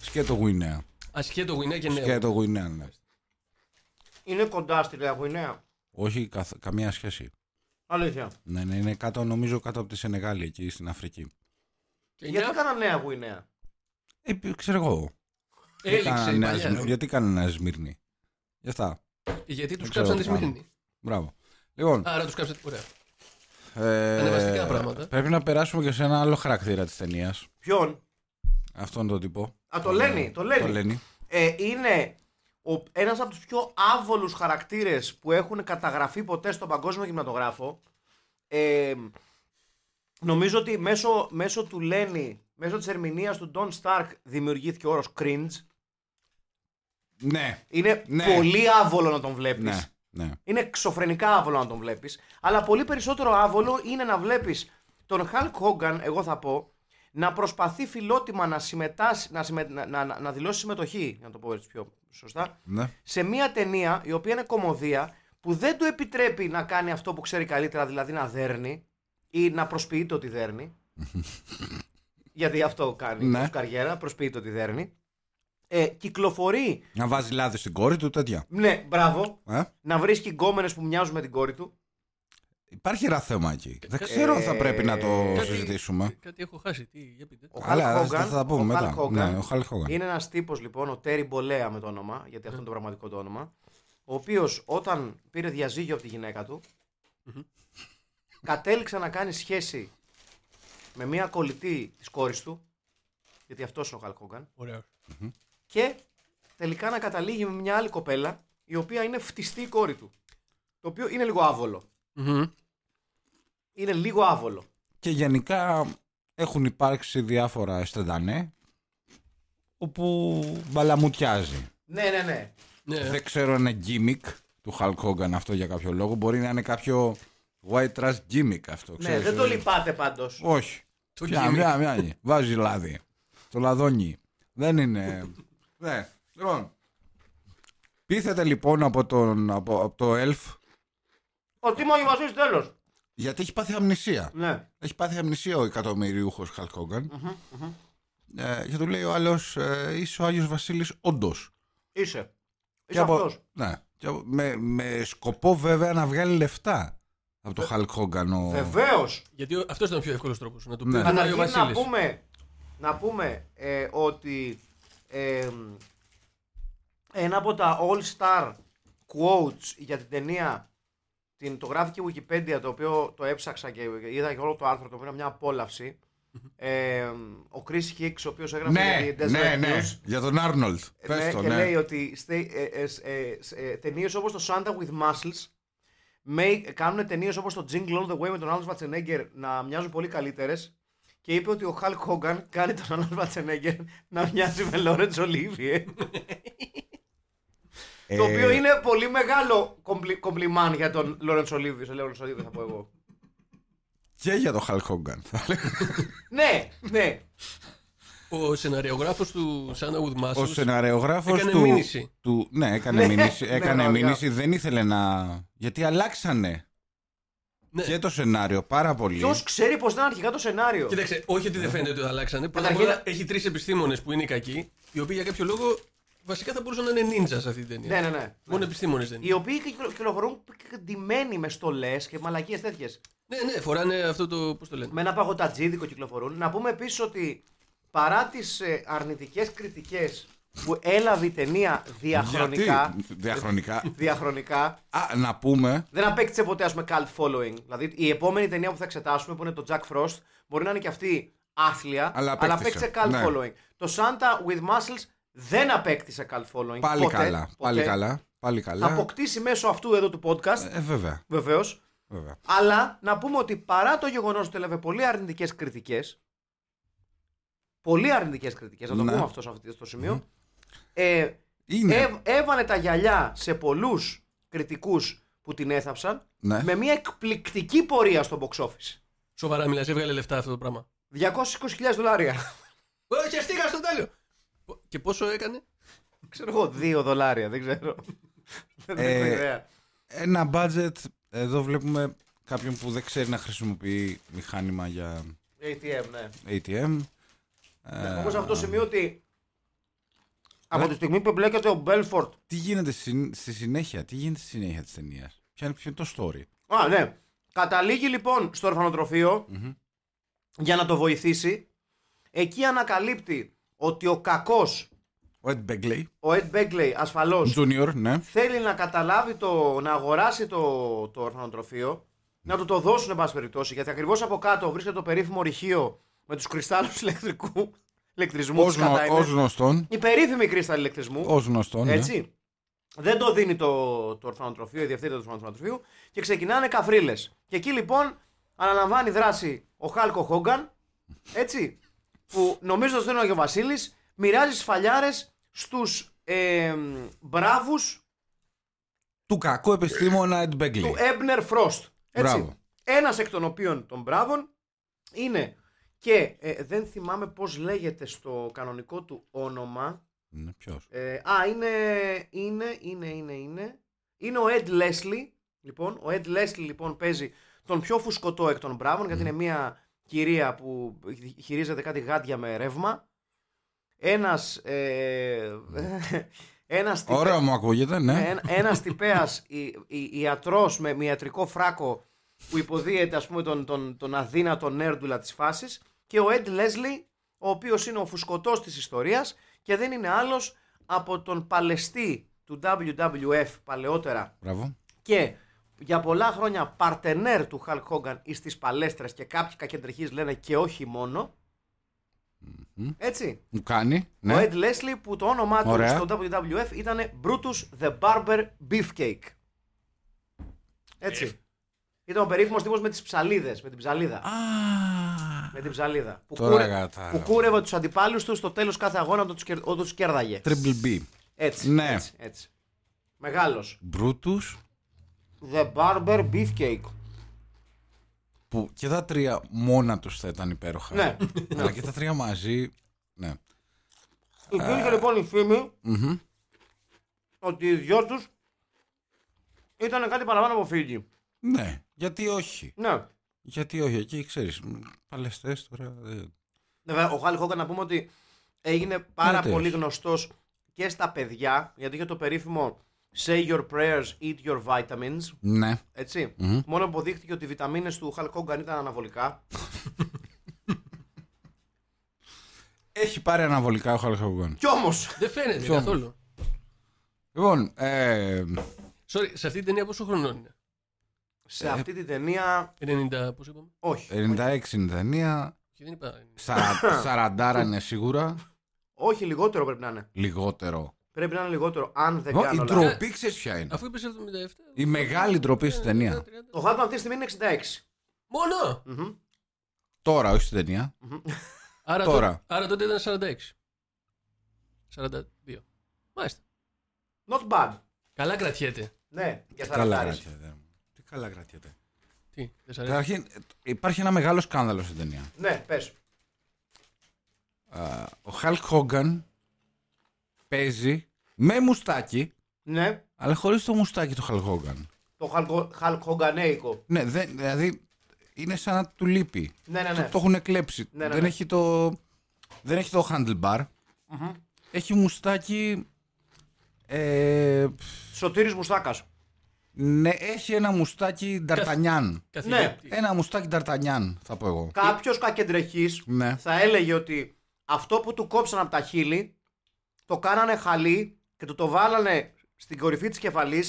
Speaker 4: σκέτο Γουινέα.
Speaker 5: Ασχέτο γουινέα
Speaker 3: Ε,
Speaker 5: και νέο.
Speaker 4: Σκέτο Γουινέα, ναι.
Speaker 3: Είναι κοντά στη Λέα Γουινέα.
Speaker 4: Όχι καθ- καμία σχέση.
Speaker 3: Αλήθεια.
Speaker 4: Ναι, ναι, είναι κάτω, νομίζω κάτω από τη Σενεγάλη εκεί στην Αφρική.
Speaker 5: Και
Speaker 3: Γιατί
Speaker 5: νέα
Speaker 3: έκανα Νέα Γουινέα.
Speaker 4: Ε, ξέρω εγώ.
Speaker 5: έληξε η
Speaker 4: Κάνα
Speaker 5: παλιά.
Speaker 3: ναι.
Speaker 4: Σμύρνη. Γιατί κάνανε ένα Σμύρνη. Γι' αυτά.
Speaker 5: Γιατί τους
Speaker 4: ξέρω
Speaker 5: κάψαν τη
Speaker 4: τι κάνω.
Speaker 5: Σμύρνη.
Speaker 4: Μπράβο. Λοιπόν,
Speaker 5: Άρα τους κάψαν. Ωραία.
Speaker 4: Ε,
Speaker 5: Ανεβαστικά πράγματα.
Speaker 4: Πρέπει να περάσουμε και σε ένα άλλο χαρακτήρα της ταινίας.
Speaker 3: Ποιον.
Speaker 4: Αυτόν τον τύπο.
Speaker 3: Α, το λένε, το λένε.
Speaker 4: Το λένε.
Speaker 3: Ε, είναι ο, ένας από τους πιο άβολους χαρακτήρες που έχουν καταγραφεί ποτέ στον παγκόσμιο κινηματογράφο. Ε, νομίζω ότι μέσω, μέσω του Λένι, μέσω της ερμηνείας του Don Stark δημιουργήθηκε ο όρος cringe.
Speaker 4: Ναι.
Speaker 3: Είναι
Speaker 4: Ναι.
Speaker 3: πολύ άβολο να τον βλέπεις.
Speaker 4: Ναι. ναι.
Speaker 3: Είναι εξωφρενικά άβολο να τον βλέπεις. Αλλά πολύ περισσότερο άβολο είναι να βλέπεις τον Hulk Hogan, εγώ θα πω, να προσπαθεί φιλότιμα να, συμμετάσχει- να, συμμε- να, να, να δηλώσει συμμετοχή, για να το πω έτσι πιο σωστά,
Speaker 4: ναι.
Speaker 3: σε μια ταινία η οποία είναι κομμωδία που δεν του επιτρέπει να κάνει αυτό που ξέρει καλύτερα, δηλαδή να δέρνει ή να προσποιείται ότι δέρνει. γιατί αυτό κάνει
Speaker 4: Ναι.
Speaker 3: ως καριέρα, προσποιείται ότι δέρνει. Ε, κυκλοφορεί,
Speaker 4: Να βάζει λάδι στην κόρη του, τέτοια.
Speaker 3: ναι, μπράβο,
Speaker 4: Ε?
Speaker 3: να βρίσκει γκόμενες που μοιάζουν με την κόρη του.
Speaker 4: Υπάρχει ένα θέμα εκεί. Δεν ξέρω αν
Speaker 3: ε,
Speaker 4: θα πρέπει να το
Speaker 5: Κάτι-
Speaker 4: συζητήσουμε.
Speaker 5: Κάτι έχω χάσει. Τι, για πείτε.
Speaker 3: Ο
Speaker 4: Αλλά
Speaker 3: Hulk
Speaker 4: θα
Speaker 3: Hogan-
Speaker 4: θα τα
Speaker 3: ο
Speaker 4: πούμε μετά.
Speaker 3: Hulk Hogan
Speaker 4: Ναι, ο Hulk Hogan.
Speaker 3: Είναι ένας τύπος λοιπόν, ο Τέρι Μπολέα με το όνομα, γιατί αυτό είναι το πραγματικό του όνομα, ο οποίος όταν πήρε διαζύγιο από τη γυναίκα του, κατέληξε να κάνει σχέση με μια κολλητή της κόρης του, γιατί αυτός είναι ο Χαλκόγκαν,
Speaker 5: Ωραίο.
Speaker 3: και τελικά να καταλήγει με μια άλλη κοπέλα, η οποία είναι φτιστή η κόρη του. Το οποίο είναι λίγο άβολο. Είναι λίγο άβολο.
Speaker 4: Και γενικά έχουν υπάρξει διάφορα αισθεντανέ όπου μπαλαμουτιάζει.
Speaker 3: Ναι, ναι, ναι.
Speaker 5: Ναι,
Speaker 4: Δεν ξέρω ένα gimmick του Hulk Hogan αυτό για κάποιο λόγο. Μπορεί να είναι κάποιο white trash gimmick αυτό.
Speaker 3: ναι
Speaker 4: ξέρεις. ε,
Speaker 3: δεν το λυπάτε πάντως.
Speaker 4: Όχι.
Speaker 5: Το
Speaker 4: Μια,
Speaker 5: gimmick.
Speaker 4: μια, μια, Βάζει λάδι. Το λαδόνι. Δεν είναι. ναι. Λοιπόν. Πείθεται λοιπόν από, τον, από, από το Elf
Speaker 3: Ο Τίμο Γιουβασή τέλος.
Speaker 4: γιατί έχει πάθει αμνησία.
Speaker 3: Ναι.
Speaker 4: Έχει πάθει αμνησία ο εκατομμυριούχος Χαλκ Χόγκαν. Ε, και του λέει ο άλλος, ε, είσαι ο Άγιος Βασίλης, όντως.
Speaker 3: Είσαι. Είσαι αυτός.
Speaker 4: Ναι. Και από- με, με σκοπό βέβαια να βγάλει λεφτά από
Speaker 3: Ε,
Speaker 4: το Χαλκ Χόγκαν. Ο...
Speaker 3: Βεβαίως.
Speaker 5: γιατί αυτός ήταν ο πιο εύκολος τρόπος να το πει.
Speaker 4: Ναι.
Speaker 5: Ναι. Ο
Speaker 3: Καταρχήν να
Speaker 5: Βασίλης.
Speaker 3: πούμε, να πούμε ε, ότι ε, ένα από τα all star quotes για την ταινία την, το γράφει και η Wikipedia το οποίο το έψαξα και είδα και όλο το άρθρο το οποίο είναι μια απόλαυση ε, ο Chris Hicks ο οποίος έγραφε
Speaker 4: Ναι,
Speaker 3: για την
Speaker 4: ναι,
Speaker 3: Desperate
Speaker 4: ναι.
Speaker 3: News
Speaker 4: Για τον Άρνολτ. Πες
Speaker 3: ναι,
Speaker 4: το,
Speaker 3: και
Speaker 4: ναι.
Speaker 3: λέει ότι στε- ε, ε, σ- ε, σ- ε, ταινίες όπως το Santa with Muscles make, κάνουν ταινίες όπως το Jingle All the Way με τον Arnold Schwarzenegger να μοιάζουν πολύ καλύτερες και είπε ότι ο Hulk Hogan κάνει τον Arnold Schwarzenegger να μοιάζει με Lawrence Olivier το
Speaker 4: Ε,
Speaker 3: οποίο είναι πολύ μεγάλο κομπλι, κομπλιμάν για τον Lawrence Olivier σε Lawrence Olivier θα πω εγώ
Speaker 4: Και για τον Χαλκ Χόγκαν. θα λέγαμε.
Speaker 3: ναι, ναι,
Speaker 4: Ε.
Speaker 5: Ο σεναριογράφος του Σάντα Ουδμάσου.
Speaker 4: Ο σεναρεογράφο
Speaker 5: Έκανε
Speaker 4: του.
Speaker 5: μήνυση.
Speaker 4: του- Ναι, έκανε
Speaker 3: Ναι,
Speaker 4: μήνυση.
Speaker 3: ναι,
Speaker 4: Έκανε
Speaker 3: βαριά.
Speaker 4: μήνυση. Δεν ήθελε να. Γιατί αλλάξανε
Speaker 5: Ναι.
Speaker 4: και το σενάριο πάρα πολύ.
Speaker 3: ποιος ξέρει πως ήταν αρχικά το σενάριο
Speaker 5: Κοίταξε, όχι ότι δεν φαίνεται ότι αλλάξανε. Πρώτα απ'
Speaker 3: Καταρχήν-
Speaker 5: όλα έχει τρεις επιστήμονες που είναι οι κακοί, οι οποίοι για κάποιο λόγο βασικά θα μπορούσαν να είναι νίντζα σε αυτή την ταινία.
Speaker 3: ναι, ναι, ναι,
Speaker 5: Μόνο
Speaker 3: ναι.
Speaker 5: επιστήμονες δεν είναι.
Speaker 3: οι οποίοι κυκλο- κυκλοφορούν ντυμένοι με στολές και μαλακίες τέτοιες
Speaker 5: Ναι, ναι, φοράνε αυτό το. Πώς το λένε.
Speaker 3: με ένα παγωτατζίδικο κυκλοφορούν. Να πούμε επίσης ότι παρά τις αρνητικές κριτικές που έλαβε η ταινία διαχρονικά,
Speaker 4: Γιατί? Διαχρονικά.
Speaker 3: διαχρονικά
Speaker 4: Α, να πούμε.
Speaker 3: δεν απέκτησε ποτέ ας πούμε, cult following. Δηλαδή η επόμενη ταινία που θα εξετάσουμε που είναι το Jack Frost μπορεί να είναι και αυτή άθλια,
Speaker 4: Αλλά
Speaker 3: αλλά
Speaker 4: απέκτησε.
Speaker 3: απέκτησε cult
Speaker 4: Ναι.
Speaker 3: following. Το Santa with Muscles δεν απέκτησε cult following.
Speaker 4: Πάλι
Speaker 3: ποτέ,
Speaker 4: καλά.
Speaker 3: ποτέ.
Speaker 4: Πάλι καλά. Πάλι
Speaker 3: Θα
Speaker 4: καλά.
Speaker 3: αποκτήσει μέσω αυτού εδώ του podcast,
Speaker 4: Ε, βέβαια.
Speaker 3: βεβαίως.
Speaker 4: βέβαια.
Speaker 3: Αλλά να πούμε ότι παρά το γεγονός ότι έλαβε πολύ αρνητικές κριτικές. Πολύ αρνητικές κριτικές, να το
Speaker 4: Ναι.
Speaker 3: πούμε αυτό σε αυτό το σημειο Ε,
Speaker 4: Είναι.
Speaker 3: έβ- έβαλε τα γυαλιά σε πολλούς κριτικούς που την έθαψαν
Speaker 4: Ναι.
Speaker 3: με μια εκπληκτική πορεία στο box office.
Speaker 5: Σοβαρά μιλάς, έβγαλε λεφτά αυτό το πράγμα.
Speaker 3: 220.000 δολάρια.
Speaker 5: Ω, χεστήκα στο τέλειο! Πο- Και πόσο έκανε.
Speaker 3: ξέρω εγώ, 2 δολάρια, δεν ξέρω. δεν έχω
Speaker 4: Ε,
Speaker 3: ιδέα.
Speaker 4: Ένα budget. Εδώ βλέπουμε κάποιον που δεν ξέρει να χρησιμοποιεί μηχάνημα για
Speaker 3: ATM, ναι.
Speaker 4: ATM.
Speaker 3: Όμως αυτό σημείο ότι. Από τη στιγμή που εμπλέκεται ο Μπέλφορτ.
Speaker 4: Τι γίνεται συν- στη συνέχεια, τι γίνεται στη συνέχεια της ταινίας. Ποιο είναι το story.
Speaker 3: Α, ναι. Καταλήγει λοιπόν στο ορφανοτροφειο για να το βοηθήσει. Εκεί ανακαλύπτει ότι ο κακός,
Speaker 4: Ο Ed Begley,
Speaker 3: ο Ed Begley ασφαλώς,
Speaker 4: Junior, ναι.
Speaker 3: θέλει να καταλάβει το, να αγοράσει το, το ορφανοτροφείο να του το δώσουν, εν πάση περιπτώσει. Γιατί ακριβώς από κάτω βρίσκεται το περίφημο ρηχείο με τους κρυστάλλους ηλεκτρικού. Ηλεκτρισμού
Speaker 4: Ως
Speaker 3: τους κατά είναι.
Speaker 4: γνωστόν.
Speaker 3: Η περίφημη κρύσταλλη ηλεκτρισμού.
Speaker 4: Ως γνωστόν. ναι.
Speaker 3: Έτσι. Δεν το δίνει το, το ορφανοτροφείο, η διευθύντρια του ορφανοτροφείου και ξεκινάνε καφρίλες. Και εκεί λοιπόν αναλαμβάνει δράση ο Χάλκο Χόγκαν, έτσι, που νομίζω το στέλνει ο Άγιο Βασίλης, μοιράζει σφαλιάρες στους ε, μπράβους
Speaker 4: Του κακού επιστήμονα Ed Begley.
Speaker 3: του Έμπνερ Φρόστ.
Speaker 4: Μπράβο.
Speaker 3: Έτσι. Ένας εκ των οποίων των μπράβων είναι και ε, δεν θυμάμαι πώς λέγεται στο κανονικό του όνομα.
Speaker 4: Ναι, ποιος.
Speaker 3: Ε, α, είναι, είναι, είναι, είναι, είναι. Είναι ο Ed Leslie, λοιπόν. Ο Ed Leslie, λοιπόν, παίζει τον πιο φουσκωτό εκ των μπράβων, γιατί είναι μια κυρία που χειρίζεται κάτι γάντια με ρεύμα. Ένας, ε, ένας, τυπε-
Speaker 4: Ωραίο μου ακούγεται, ναι.
Speaker 3: ένα- ένας τυπέας ι- ι- ιατρός με, με ιατρικό φράκο που υποδίεται ας πούμε τον, τον, τον αδύνατο νέρντουλα της φάσης και ο Ed Leslie ο οποίος είναι ο φουσκωτός της ιστορίας και δεν είναι άλλος από τον παλαιστή του WWF παλαιότερα
Speaker 4: Μπράβο.
Speaker 3: και για πολλά χρόνια παρτενέρ του Hulk Hogan στις παλέστρες και κάποιοι κακεντριχείς λένε και όχι μόνο. Έτσι.
Speaker 4: Μου κάνει.
Speaker 3: Ο
Speaker 4: Ναι.
Speaker 3: Ed Leslie που το όνομά του
Speaker 4: Ωραία.
Speaker 3: στο WWF ήταν Brutus the Barber Beefcake. Έτσι. Ήταν ο περίφημος τύπος με τις ψαλίδες, με την ψαλίδα. Με την ψαλίδα. Που,
Speaker 4: Τώρα κατάλαβα.
Speaker 3: που κούρευε τους αντιπάλους του στο τέλος κάθε αγώνα όταν τους, κερ- όταν τους κέρδαγε.
Speaker 4: Triple B.
Speaker 3: Έτσι,
Speaker 4: Ναι.
Speaker 3: έτσι, έτσι. Μεγάλος.
Speaker 4: Brutus.
Speaker 3: The Barber Beefcake.
Speaker 4: Που και τα τρία μόνα τους θα ήταν υπέροχα.
Speaker 3: Ναι.
Speaker 4: Αλλά και τα τρία μαζί. Ναι.
Speaker 3: Υπήρχε λοιπόν η φήμη ότι οι δυο τους ήταν κάτι παραπάνω από φίλοι.
Speaker 4: Ναι. Γιατί όχι.
Speaker 3: Ναι.
Speaker 4: Γιατί όχι. Εκεί ξέρεις. Παλαιστές τώρα. ε,
Speaker 3: Βέβαια, ο Χάλι Χόγκαν να πούμε ότι έγινε πάρα
Speaker 4: Βεβαίως.
Speaker 3: πολύ γνωστός και στα παιδιά, γιατί είχε το περίφημο Say your prayers, eat your vitamins.
Speaker 4: Ναι.
Speaker 3: ετσι Μόνο που αποδείχτηκε ότι οι βιταμίνες του Χάλι Χόγκαν ήταν αναβολικά.
Speaker 4: Έχει πάρει αναβολικά ο Χαλκαγόν.
Speaker 3: Κι όμως.
Speaker 5: Δεν φαίνεται
Speaker 4: Ποιο?
Speaker 5: καθόλου.
Speaker 4: Λοιπόν, ε,
Speaker 5: Sorry, σε αυτή την ταινία πόσο χρονών είναι.
Speaker 4: Ε.
Speaker 3: σε αυτή την ταινία.
Speaker 5: 90, πώς είπαμε.
Speaker 3: Όχι.
Speaker 4: 96 είναι η ταινία.
Speaker 5: Και δεν είπα.
Speaker 4: Σαρα- Σαραντάρα είναι σίγουρα.
Speaker 3: Όχι, λιγότερο πρέπει να είναι.
Speaker 4: Λιγότερο.
Speaker 3: Πρέπει να είναι λιγότερο, αν δεν
Speaker 4: Εγώ, η
Speaker 3: κάνω λάθο.
Speaker 4: ντροπή ξέρεις ποια είναι.
Speaker 5: Αφού είπες 77.
Speaker 4: Η μεγάλη ντροπή στην ταινία.
Speaker 5: 30.
Speaker 3: Το Χάλι αυτή τη στιγμή είναι 66.
Speaker 5: Μόνο!
Speaker 3: Μμμ.
Speaker 4: Τώρα, όχι στην ταινία.
Speaker 5: Άρα,
Speaker 4: Τώρα.
Speaker 5: τότε- άρα τότε ήταν 46. 42. Μάλιστα.
Speaker 3: Not bad.
Speaker 5: Καλά κρατιέται.
Speaker 3: Ναι, για
Speaker 4: Τι καλά
Speaker 3: σαραντάρες. Ε.
Speaker 4: κρατιέται. Τι καλά κρατιέται.
Speaker 5: Τι, δεν σ' αρέσει.
Speaker 4: Καταρχήν, ε, υπάρχει ένα μεγάλο σκάνδαλο στην ταινία.
Speaker 3: Ναι, πες.
Speaker 4: Α, Ο Χαλκ Χόγκαν παίζει με μουστάκι,
Speaker 3: Ναι,
Speaker 4: αλλά χωρίς το μουστάκι του Χαλκ Χόγκαν.
Speaker 3: το χαλκογκανέικο.
Speaker 4: Ναι, δεν- δηλαδή είναι σαν να του λείπει.
Speaker 3: Ναι, ναι, ναι.
Speaker 4: Το έχουν εκλέψει.
Speaker 3: Ναι, ναι,
Speaker 4: δεν,
Speaker 3: ναι.
Speaker 4: Έχει το, δεν έχει το handlebar. Έχει μουστάκι. Ε,
Speaker 3: Σωτήρης Μουστάκας.
Speaker 4: ναι, έχει ένα μουστάκι Νταρτανιάν.
Speaker 5: Καθηγητή.
Speaker 4: Ένα μουστάκι Νταρτανιάν, θα πω εγώ.
Speaker 3: Κάποιος κακεντρεχής
Speaker 4: Ναι.
Speaker 3: θα έλεγε ότι αυτό που του κόψαν από τα χείλη το κάνανε χαλί και του το βάλανε στην κορυφή της κεφαλής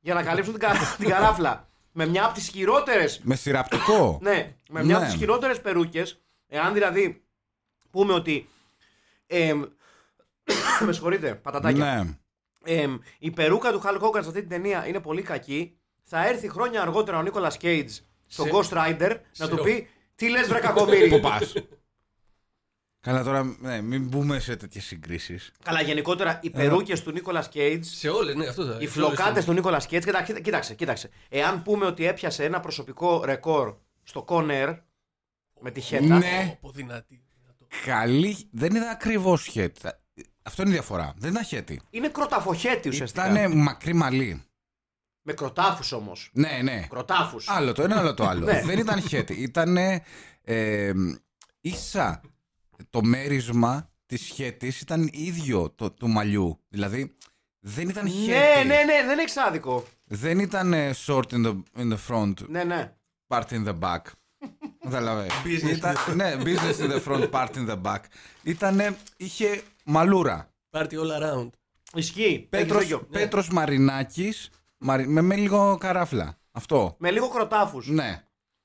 Speaker 3: για να καλύψουν την, κα- την καράφλα. Με μια από τις χειρότερες.
Speaker 4: Με σειραπτικό.
Speaker 3: Ναι, με μια από
Speaker 4: Ναι.
Speaker 3: τι χειρότερες περούκες. Εάν δηλαδή πούμε ότι. εμ, με συγχωρείτε, πατατάκια.
Speaker 4: ναι.
Speaker 3: Εμ, η περούκα του Χαλ Hogan σε αυτή την ταινία είναι πολύ κακή. Θα έρθει χρόνια αργότερα ο Νίκολα Κέιτ στο
Speaker 5: Σε-
Speaker 3: Ghost Rider να
Speaker 5: σε-
Speaker 3: του πει τι λες, βρε κακομίρι.
Speaker 4: Πού πας. Καλά, τώρα ναι, μην μπούμε σε τέτοιες συγκρίσεις.
Speaker 3: Καλά, γενικότερα
Speaker 4: Ε,
Speaker 3: οι περούκες του Νίκολα Κέιτ,
Speaker 5: Σε όλες, ναι, αυτό θα
Speaker 3: οι φλοκάτε του Νίκολα Κέιτ. Κοίταξε, κοίταξε, κοίταξε. Εάν πούμε ότι έπιασε ένα προσωπικό ρεκόρ στο Κόνερ με τη χέτα.
Speaker 4: Ναι.
Speaker 5: Από Ε, δυνατή. δυνατό.
Speaker 4: Καλή. Δεν ήταν ακριβώ χέτη. Θα- Αυτό είναι η διαφορά. Δεν ήταν χέτη.
Speaker 3: Είναι κροταφοχέτη ουσιαστικά.
Speaker 4: Ήταν μακρύ μαλλί.
Speaker 3: Με κροτάφους όμως.
Speaker 4: Ναι, ναι.
Speaker 3: Κροτάφους.
Speaker 4: Άλλο το ένα, άλλο το άλλο.
Speaker 3: Ναι.
Speaker 4: Δεν ήταν χέτη. Ήταν ίσα το μέρισμα της χέτης ήταν ίδιο το, του μαλλιού. Δηλαδή δεν ήταν χέτη.
Speaker 3: Ναι, ναι, ναι, δεν έχει άδικο.
Speaker 4: Δεν ήταν ε, short in the, in the front,
Speaker 3: Ναι, ναι.
Speaker 4: part in the back. Κατάλαβε.
Speaker 5: Business in
Speaker 4: Ήταν- ναι, business in the front, part in the back. Ήτανε, είχε μαλούρα.
Speaker 5: Πάρτι all around.
Speaker 3: Ισχύει. Έχεις
Speaker 4: Πέτρος,
Speaker 3: δίκιο.
Speaker 4: Πέτρος Μαρινάκης, μαρι- με, με λίγο καράφλα. Αυτό.
Speaker 3: Με λίγο κροτάφους.
Speaker 4: Ναι.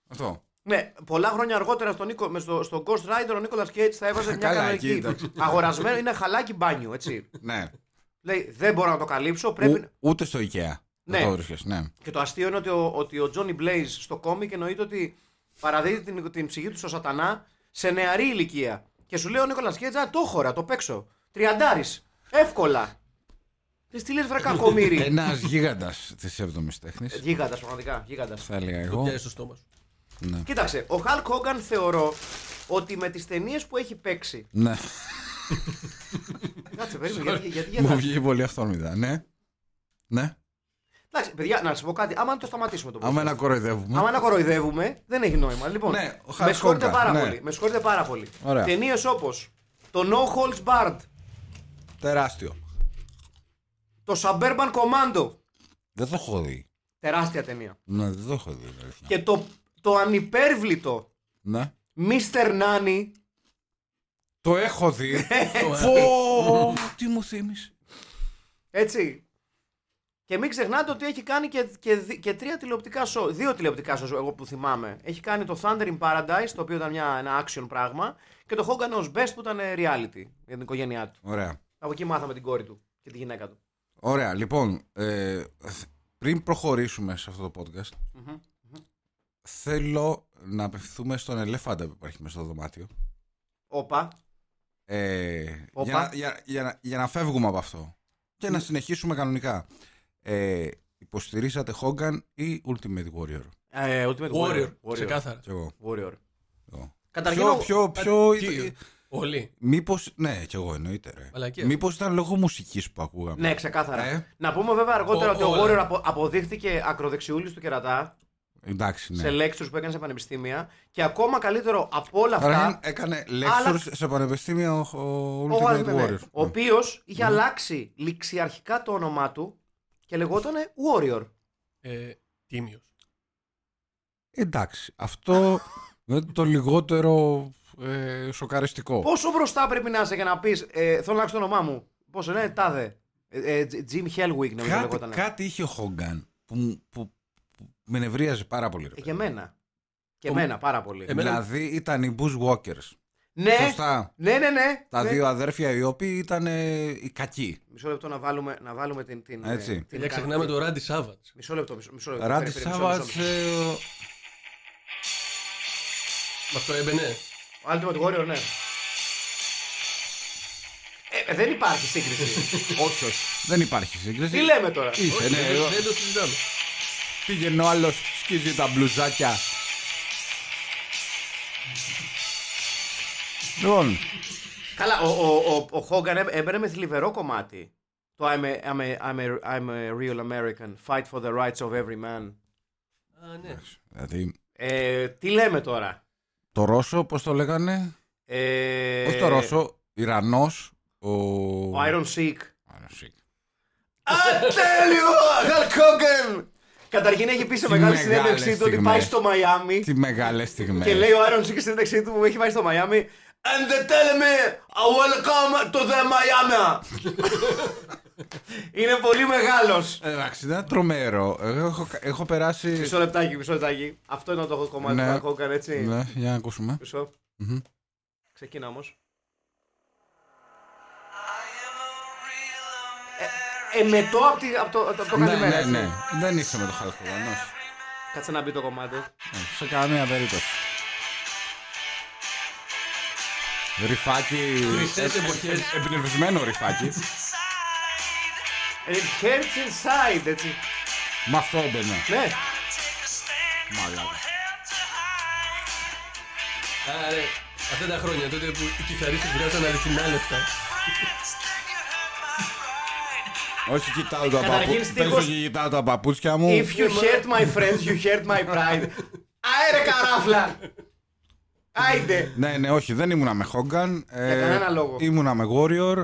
Speaker 4: Αυτό.
Speaker 3: Ναι, πολλά χρόνια αργότερα στον Νίκο, με στο, στο Ghost Rider ο Νίκολας Cage θα έβαζε μια
Speaker 4: Καλά, εκεί,
Speaker 3: κανονική.
Speaker 4: εντάξει.
Speaker 3: Αγορασμένο είναι χαλάκι μπάνιου, έτσι.
Speaker 4: Ναι.
Speaker 3: Λέει, δεν μπορώ να το καλύψω. Πρέπει...
Speaker 4: Ου-
Speaker 3: να-
Speaker 4: ούτε στο IKEA.
Speaker 3: Ναι.
Speaker 4: Δεν το βρίσκες, ναι.
Speaker 3: Και το αστείο είναι ότι ο, ότι ο Johnny Blaze στο κόμικ εννοείται ότι παραδίδει την, την ψυχή του στο σατανά σε νεαρή ηλικία. Και σου λέει ο Νίκολα Cage, α, το χώρα, το παίξω. Τριαντάρι. Εύκολα. Τι τι λες, βρε κακομίρι.
Speaker 4: Ένας γίγαντας της 7η τέχνης.
Speaker 3: γίγαντας, πραγματικά. Γίγαντας.
Speaker 4: Θα έλεγα
Speaker 5: Το
Speaker 4: εγώ. Ναι.
Speaker 5: πιάσει στο στόμα σου.
Speaker 3: Κοίταξε, ο Χαλ Κόγκαν θεωρώ ότι με τις ταινίες που έχει παίξει.
Speaker 4: Ναι.
Speaker 3: Κάτσε, περίμενε, γιατί, γιατί,
Speaker 4: Μου
Speaker 3: γιατί,
Speaker 4: βγήκε πολύ αυτόρμητα. Ναι. Ναι.
Speaker 3: Εντάξει, παιδιά, να σα πω κάτι. Άμα το σταματήσουμε το
Speaker 4: Άμα
Speaker 3: podcast.
Speaker 4: να κοροϊδεύουμε.
Speaker 3: Άμα να κοροϊδεύουμε, δεν έχει νόημα. Λοιπόν,
Speaker 4: Ναι, ο Hulk
Speaker 3: με συγχωρείτε
Speaker 4: Hogan,
Speaker 3: πάρα
Speaker 4: ναι.
Speaker 3: πολύ. Με συγχωρείτε πάρα πολύ.
Speaker 4: Ωραία.
Speaker 3: Ταινίες όπως το No Holds Barred,
Speaker 4: Τεράστιο.
Speaker 3: το Suburban Commando.
Speaker 4: Δεν το έχω δει.
Speaker 3: Τεράστια ταινία.
Speaker 4: Ναι, δεν το έχω δει. είναι αλήθεια.
Speaker 3: Και το, το ανυπέρβλητο
Speaker 4: Ναι.
Speaker 3: Mr. Nanny.
Speaker 4: Το έχω δει.
Speaker 5: Το-
Speaker 4: Πω, τι μου θύμισε.
Speaker 3: Έτσι. Και μην ξεχνάτε ότι έχει κάνει και, και, δι- και τρία τηλεοπτικά σοου. Δύο τηλεοπτικά σοου, εγώ που θυμάμαι. Έχει κάνει το Thunder in Paradise, το οποίο ήταν μια, ένα action πράγμα. Και το Hogan ως Best που ήταν ε, reality για την οικογένειά του.
Speaker 4: Ωραία.
Speaker 3: Από εκεί μάθαμε την κόρη του και τη γυναίκα του.
Speaker 4: Ωραία, λοιπόν, ε, θ- πριν προχωρήσουμε σε αυτό το podcast, θέλω να απευθυνθούμε στον ελέφαντα που υπάρχει μέσα στο δωμάτιο.
Speaker 3: Όπα.
Speaker 4: Ε,
Speaker 3: Όπα.
Speaker 4: για, να, για, για, να, για να φεύγουμε από αυτό και να συνεχίσουμε κανονικά. Ε, υποστηρίσατε Hogan ή Ultimate Warrior.
Speaker 3: Ε, Ultimate
Speaker 5: Warrior.
Speaker 3: Warrior. Warrior.
Speaker 5: Ξεκάθαρα.
Speaker 4: Κι εγώ.
Speaker 3: Warrior.
Speaker 4: εγώ.
Speaker 3: Καταρχήν,
Speaker 4: Ποιο,
Speaker 3: ο-
Speaker 4: ποιο, ποιο.
Speaker 5: Τι, Όλοι.
Speaker 4: Μήπως. Ναι, κι εγώ εννοείται. Ρε.
Speaker 5: Μαλακία.
Speaker 4: Μήπως ήταν λόγω μουσικής που ακούγαμε.
Speaker 3: Ναι, ξεκάθαρα.
Speaker 4: Ε.
Speaker 3: Να πούμε βέβαια αργότερα
Speaker 5: Ο-
Speaker 3: ότι ο
Speaker 5: όλα.
Speaker 3: Warrior απο- αποδείχθηκε ακροδεξιούλης του κερατά
Speaker 4: Εντάξει, ναι.
Speaker 3: σε λέξεις που έκανε σε πανεπιστήμια και ακόμα καλύτερο από όλα
Speaker 4: Καταρχήν
Speaker 3: αυτά.
Speaker 4: έκανε lectures σε πανεπιστήμια ο, ο
Speaker 3: Ο
Speaker 4: Ultimate
Speaker 3: Waltman,
Speaker 4: Warrior. Ναι.
Speaker 3: ο οποίος είχε αλλάξει ληξιαρχικά το όνομά του και λεγόταν Warrior.
Speaker 5: Ε, Τίμιος.
Speaker 4: Ε, Εντάξει, αυτό είναι το λιγότερο ε, σοκαριστικό.
Speaker 3: Πόσο μπροστά πρέπει να είσαι για να πεις ε, Θέλω να αλλάξω το όνομά μου. Πόσο ναι, τάδε. Ε, ε, Jim Hellwig νομίζω
Speaker 4: κάτι,
Speaker 3: λεγόταν.
Speaker 4: κάτι είχε ο Χόγκαν που, μου- που, που με νευρίαζε πάρα πολύ. Ρε,
Speaker 3: Ε,
Speaker 4: παιδί.
Speaker 3: Και εμένα. Και εμένα πάρα πολύ.
Speaker 5: εμένα-
Speaker 4: Δηλαδή ήταν οι Bushwalkers.
Speaker 3: ναι,
Speaker 4: Σωστά.
Speaker 3: ναι, ναι, ναι.
Speaker 4: Τα
Speaker 3: ναι.
Speaker 4: δύο αδέρφια οι οποίοι ήταν ε, οι κακοί.
Speaker 3: Μισό λεπτό να βάλουμε, να βάλουμε την. την ε,
Speaker 4: Έτσι.
Speaker 5: Τελικά
Speaker 3: την
Speaker 5: Ναι, ξεχνάμε το Ράντι Σάββατ.
Speaker 3: Μισό λεπτό, μισό, μισό λεπτό.
Speaker 4: Ράντι ε.
Speaker 3: Περίμενε, μισό λεπτό,
Speaker 4: Σάββατ.
Speaker 3: μισό λεπτό.
Speaker 5: Με αυτό έμπαινε.
Speaker 3: Ultimate Warrior, ναι. Ε, δεν υπάρχει σύγκριση.
Speaker 4: όχι, όχι. Δεν υπάρχει σύγκριση.
Speaker 3: Τι λέμε τώρα.
Speaker 4: Είσαι,
Speaker 5: Όχι,
Speaker 4: ναι, εγώ-
Speaker 5: δεν- Δεν το συζητάμε.
Speaker 4: Πήγαινε ο άλλος, σκίζει τα μπλουζάκια. Λοιπόν,
Speaker 3: Καλά, ο, ο, ο, ο Χόγκαν έμ- έμπαινε με θλιβερό κομμάτι. Το I'm a, I'm, a, I'm, a, I'm a real American, fight for the rights of every man.
Speaker 5: Α, ναι.
Speaker 4: δηλαδή
Speaker 3: Ε, τι λέμε τώρα.
Speaker 4: το Ρώσο, πώς το λέγανε.
Speaker 3: Ε,
Speaker 4: Όχι το Ρώσο, Ιρανός, ο. ναι,
Speaker 3: Ο Iron Sheik.
Speaker 4: Iron Sheik.
Speaker 3: Ατέλειο! Χαλ Χόγκαν! Καταρχήν έχει πει σε
Speaker 4: Τι
Speaker 3: μεγάλη
Speaker 4: μεγάλες
Speaker 3: συνέντευξή του ότι
Speaker 4: στιγμές.
Speaker 3: πάει στο Μαϊάμι.
Speaker 4: Τι μεγάλες στιγμές.
Speaker 3: Και λέει ο Άρον Σίκ στην ένταξή του που έχει πάει στο Μαϊάμι And they tell me I welcome to the Miami Είναι πολύ μεγάλος
Speaker 4: Εντάξει, ήταν τρομερό. Εγώ έχω, έχω περάσει.
Speaker 3: Μισό λεπτάκι, μισό λεπτάκι Αυτό είναι το κομμάτι
Speaker 4: Ναι.
Speaker 3: που ακούγαν έτσι
Speaker 4: Ναι, για να ακούσουμε.
Speaker 3: Μισό Ξεκίνα όμως Ε, Εμετό από τη- από το, από το
Speaker 4: Ναι,
Speaker 3: καλημέρα
Speaker 4: ναι,
Speaker 3: έτσι.
Speaker 4: ναι. Δεν είσαι με το Χαλκοβανός.
Speaker 3: Κάτσε να μπει το κομμάτι
Speaker 4: Σε καμία περίπτωση. Ρυφάκι. Ε,
Speaker 5: Χρυσές εποχές.
Speaker 4: Εμπνευσμένο ρυφάκι.
Speaker 3: It hurts inside έτσι
Speaker 4: Μ' αυτό έμπαινα.
Speaker 3: Ναι
Speaker 4: Μαλάκα.
Speaker 5: Α, ρε. Αυτά τα χρόνια τότε που οι κιθαρίστες βγάζαν αληθινά λεφτά.
Speaker 4: Όχι, κοιτάω τα
Speaker 3: Καταρχήν
Speaker 4: παπούτσια.
Speaker 3: στίχος-
Speaker 4: Παίζω και κοιτάω τα παπούτσια μου.
Speaker 3: If you hurt my friends, you hurt my pride. Αέρε καράφλα! Άιντε!
Speaker 4: Ναι, ναι, όχι, δεν ήμουνα με Χόγκαν. Ε,
Speaker 3: κανένα λόγο.
Speaker 4: Ήμουνα με Warrior.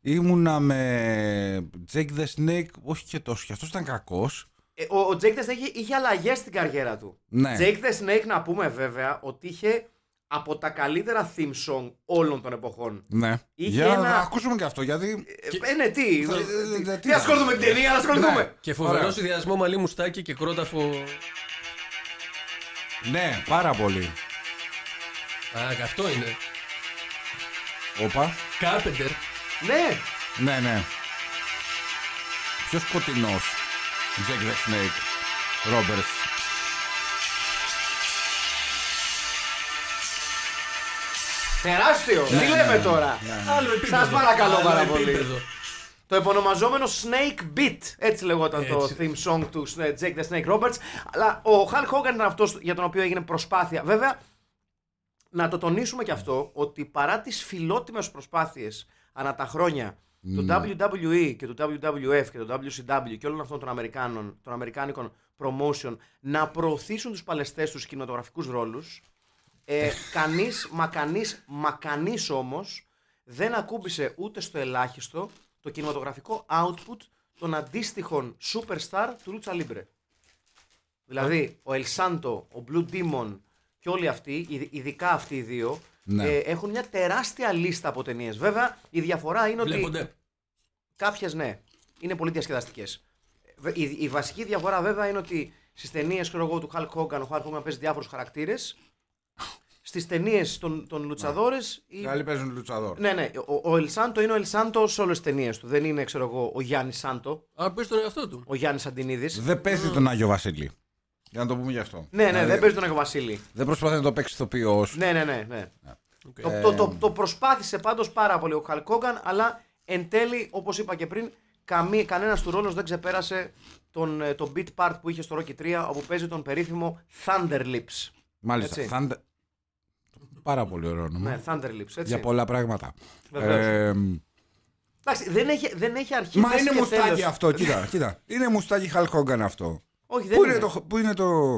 Speaker 4: Ήμουνα με Jake the Snake. Όχι και τόσο. Και αυτός ήταν κακός.
Speaker 3: Ε, Ο, ο Jake the Snake είχε αλλαγές στην καριέρα του.
Speaker 4: Ναι.
Speaker 3: Jake the Snake, να πούμε βέβαια, ότι είχε από τα καλύτερα theme song όλων των εποχών.
Speaker 4: Ναι.
Speaker 3: Είχε
Speaker 4: Για να
Speaker 3: ένα-
Speaker 4: ακούσουμε και αυτό, γιατί.
Speaker 3: Ε, Ε, ναι, τι.
Speaker 4: Θα-
Speaker 3: ε,
Speaker 4: ε,
Speaker 3: τι-
Speaker 4: ε,
Speaker 3: Τι ασχολούμαι με την ταινία, αλλά ασχολούμαι.
Speaker 5: Και φοβερό
Speaker 4: Ωραία.
Speaker 5: συνδυασμό μαλλί μουστάκι και κρόταφο.
Speaker 4: Ναι, πάρα πολύ.
Speaker 5: Α, αυτό είναι.
Speaker 4: Όπα.
Speaker 5: Κάρπεντερ.
Speaker 3: Ναι,
Speaker 4: Ναι, ναι. Ποιος σκοτεινός. Jack the Snake. Roberts.
Speaker 3: τεράστιο. Τι λέμε τώρα.
Speaker 5: Άλλο επίπεδο.
Speaker 3: Σας παρακαλώ
Speaker 5: Άλλο
Speaker 3: πάρα πολύ.
Speaker 5: επίπεδο.
Speaker 3: Το επωνομαζόμενο Snake Beat. Έτσι λεγόταν το
Speaker 5: Έτσι.
Speaker 3: theme song του ε, Jake the Snake Roberts. Αλλά ο Hulk Hogan ήταν αυτός για τον οποίο έγινε προσπάθεια. Βέβαια, να το τονίσουμε και αυτό ότι παρά τις φιλότιμες προσπάθειες ανά τα χρόνια του WWE E και του WWF και του WCW και όλων αυτών των Αμερικάνων, των Αμερικάνικων promotion να προωθήσουν τους παλαιστές τους κινηματογραφικούς ρόλους ε, κανείς, μα κανείς, μα κανείς όμως δεν ακούμπησε ούτε στο ελάχιστο το κινηματογραφικό output των αντίστοιχων superstar του Λούτσα Λίμπρε. Δηλαδή, ο Ελσάντο, ο Blue Demon και όλοι αυτοί, ειδ- ειδικά αυτοί οι δύο,
Speaker 4: Ναι.
Speaker 3: ε, έχουν μια τεράστια λίστα από ταινίες. Βέβαια, η διαφορά είναι ότι
Speaker 5: Βλέπονται.
Speaker 3: κάποιες ναι, είναι πολύ διασκεδαστικές. Η, η βασική διαφορά βέβαια είναι ότι στις ταινίες του Hulk Hogan, ο Hulk Hogan παίζει διάφορους χαρακτήρες. Στις ταινίες των, των Λουτσαδόρες. η-
Speaker 4: Οι άλλοι παίζουν λουτσαδόρ.
Speaker 3: Ναι, ναι. Ο, ο El Santo είναι ο El Santo σε όλες τις ταινίες του. Δεν είναι, ξέρω εγώ, ο Γιάννης Σάντο,
Speaker 5: Α, πες τον εαυτό του.
Speaker 3: ο Γιάννης Αντινίδης.
Speaker 4: Δεν παίζει τον Άγιο Βασίλη. Για να το πούμε γι' αυτό.
Speaker 3: Ναι, ναι,
Speaker 4: Δηλαδή,
Speaker 3: δεν παίζει τον Άγιο Βασίλη.
Speaker 4: Δεν προσπαθεί να το παίξει ηθοποιός.
Speaker 3: Ναι, ναι, ναι. ναι.
Speaker 5: Οκ.
Speaker 3: Το,
Speaker 4: Ε,
Speaker 3: το, το, το προσπάθησε πάντως πάρα πολύ ο Χαλκόγκαν, αλλά εν τέλει, όπως είπα και πριν, καμί, κανένας του ρόλος δεν ξεπέρασε τον, ε, τον beat part που είχε στο Rocky 3, όπου παίζει τον περίφημο Thunder Lips.
Speaker 4: Μάλιστα.
Speaker 3: Έτσι.
Speaker 4: Thunder- Πάρα πολύ ωραίο όνομα.
Speaker 3: Ναι, Thunder Lips, έτσι.
Speaker 4: Για πολλά πράγματα.
Speaker 3: Βεβαίως.
Speaker 4: Ε,
Speaker 3: Εντάξει, δεν έχει, δεν έχει αρχή.
Speaker 4: Μα
Speaker 3: δεν
Speaker 4: είναι
Speaker 3: έχει
Speaker 4: μουστάκι
Speaker 3: τέλος.
Speaker 4: αυτό, κοίτα, κοίτα. Είναι μουστάκι Hulk Hogan αυτό.
Speaker 3: Όχι, δεν
Speaker 4: Πού είναι,
Speaker 3: είναι.
Speaker 4: το, πού είναι το,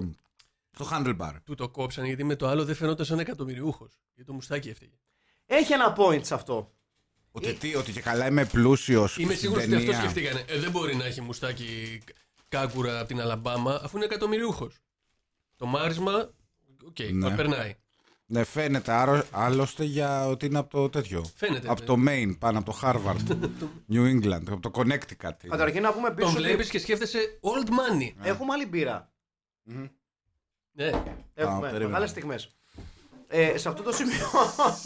Speaker 4: το handlebar.
Speaker 5: Του το κόψαν γιατί με το άλλο δεν φαινόταν σαν εκατομμυριούχος. Γιατί το μουστάκι έφταιγε.
Speaker 3: Έχει ένα point σε αυτό. Ε.
Speaker 4: Ότι, τι, ότι και καλά είμαι πλούσιος.
Speaker 5: Είμαι σίγουρος ότι αυτός σκεφτήκανε. Ε, δεν μπορεί να έχει μουστάκι κάκουρα από την Αλαμπάμα αφού είναι εκατομμυριούχος. Το μάρισμα. Οκ,
Speaker 4: Ναι.
Speaker 5: ναι. περνάει.
Speaker 4: Ναι, φαίνεται άρο- άλλωστε για ότι είναι από το τέτοιο.
Speaker 5: Φαίνεται,
Speaker 4: Από
Speaker 5: ναι.
Speaker 4: το Maine, πάνω από το Harvard, New England, από το Connecticut. είναι.
Speaker 3: Καταρχήν να πούμε πίσω.
Speaker 5: Τον
Speaker 3: ότι
Speaker 5: βλέπεις και σκέφτεσαι old money.
Speaker 3: Έχουμε άλλη μπύρα.
Speaker 5: Ναι.
Speaker 3: Έχουμε
Speaker 4: περίμενα.
Speaker 3: μεγάλες στιγμές. Ε, σε αυτό το σημείο.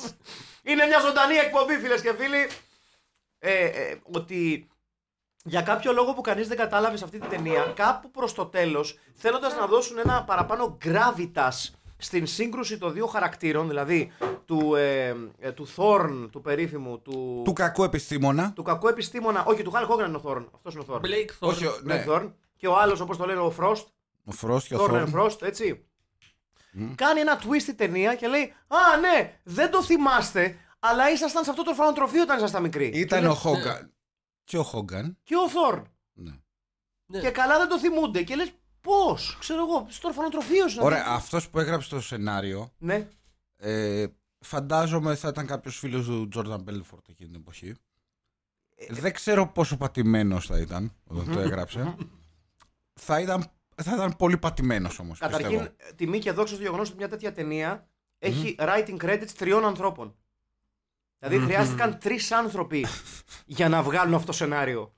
Speaker 3: είναι μια ζωντανή εκπομπή, φίλες και φίλοι. Ε, ε, ότι για κάποιο λόγο που κανείς δεν κατάλαβε σε αυτή την ταινία, κάπου προς το τέλος, θέλοντας να δώσουν ένα παραπάνω gravitas στην σύγκρουση των δύο χαρακτήρων, δηλαδή του, ε, ε, του Thorn, του περίφημου, του,
Speaker 4: Του κακού επιστήμονα.
Speaker 3: του κακού επιστήμονα. Όχι, του Hulk Hogan είναι ο Thorn. Αυτός είναι ο Thorn.
Speaker 5: Blake Thorne.
Speaker 4: Όχι, ο-
Speaker 3: Ναι.
Speaker 4: ναι.
Speaker 3: Thorn. Και ο άλλος, όπως το λένε, ο Frost.
Speaker 4: Ο Frost και ο
Speaker 3: Thorn and
Speaker 4: Thorne.
Speaker 3: Frost, έτσι. Κάνει ένα twist η ταινία και λέει Α, ναι, δεν το θυμάστε, αλλά ήσασταν σε αυτό το ορφανοτροφείο όταν ήσασταν μικροί.
Speaker 4: Ήταν ο Hogan. Και ο Hogan.
Speaker 3: Και ο Θόρν.
Speaker 4: Ναι.
Speaker 5: Ναι.
Speaker 3: Και καλά δεν το θυμούνται. Και λες, πώς, ξέρω εγώ, στο ορφανοτροφείο σου.
Speaker 4: Ωραία, αυτός που έγραψε το σενάριο.
Speaker 3: Ναι.
Speaker 4: Ε, φαντάζομαι θα ήταν κάποιος φίλος του Τζόρνταν Μπέλφορτ εκείνη την εποχή. Ε, Δεν ξέρω πόσο πατημένος θα ήταν όταν το έγραψε. θα, ήταν, θα ήταν πολύ πατημένος όμως.
Speaker 3: Καταρχήν, τιμή και δόξα στο γεγονός ότι μια τέτοια ταινία έχει writing credits τριών ανθρώπων. Δηλαδή χρειάστηκαν τρεις άνθρωποι για να βγάλουν αυτό το σενάριο.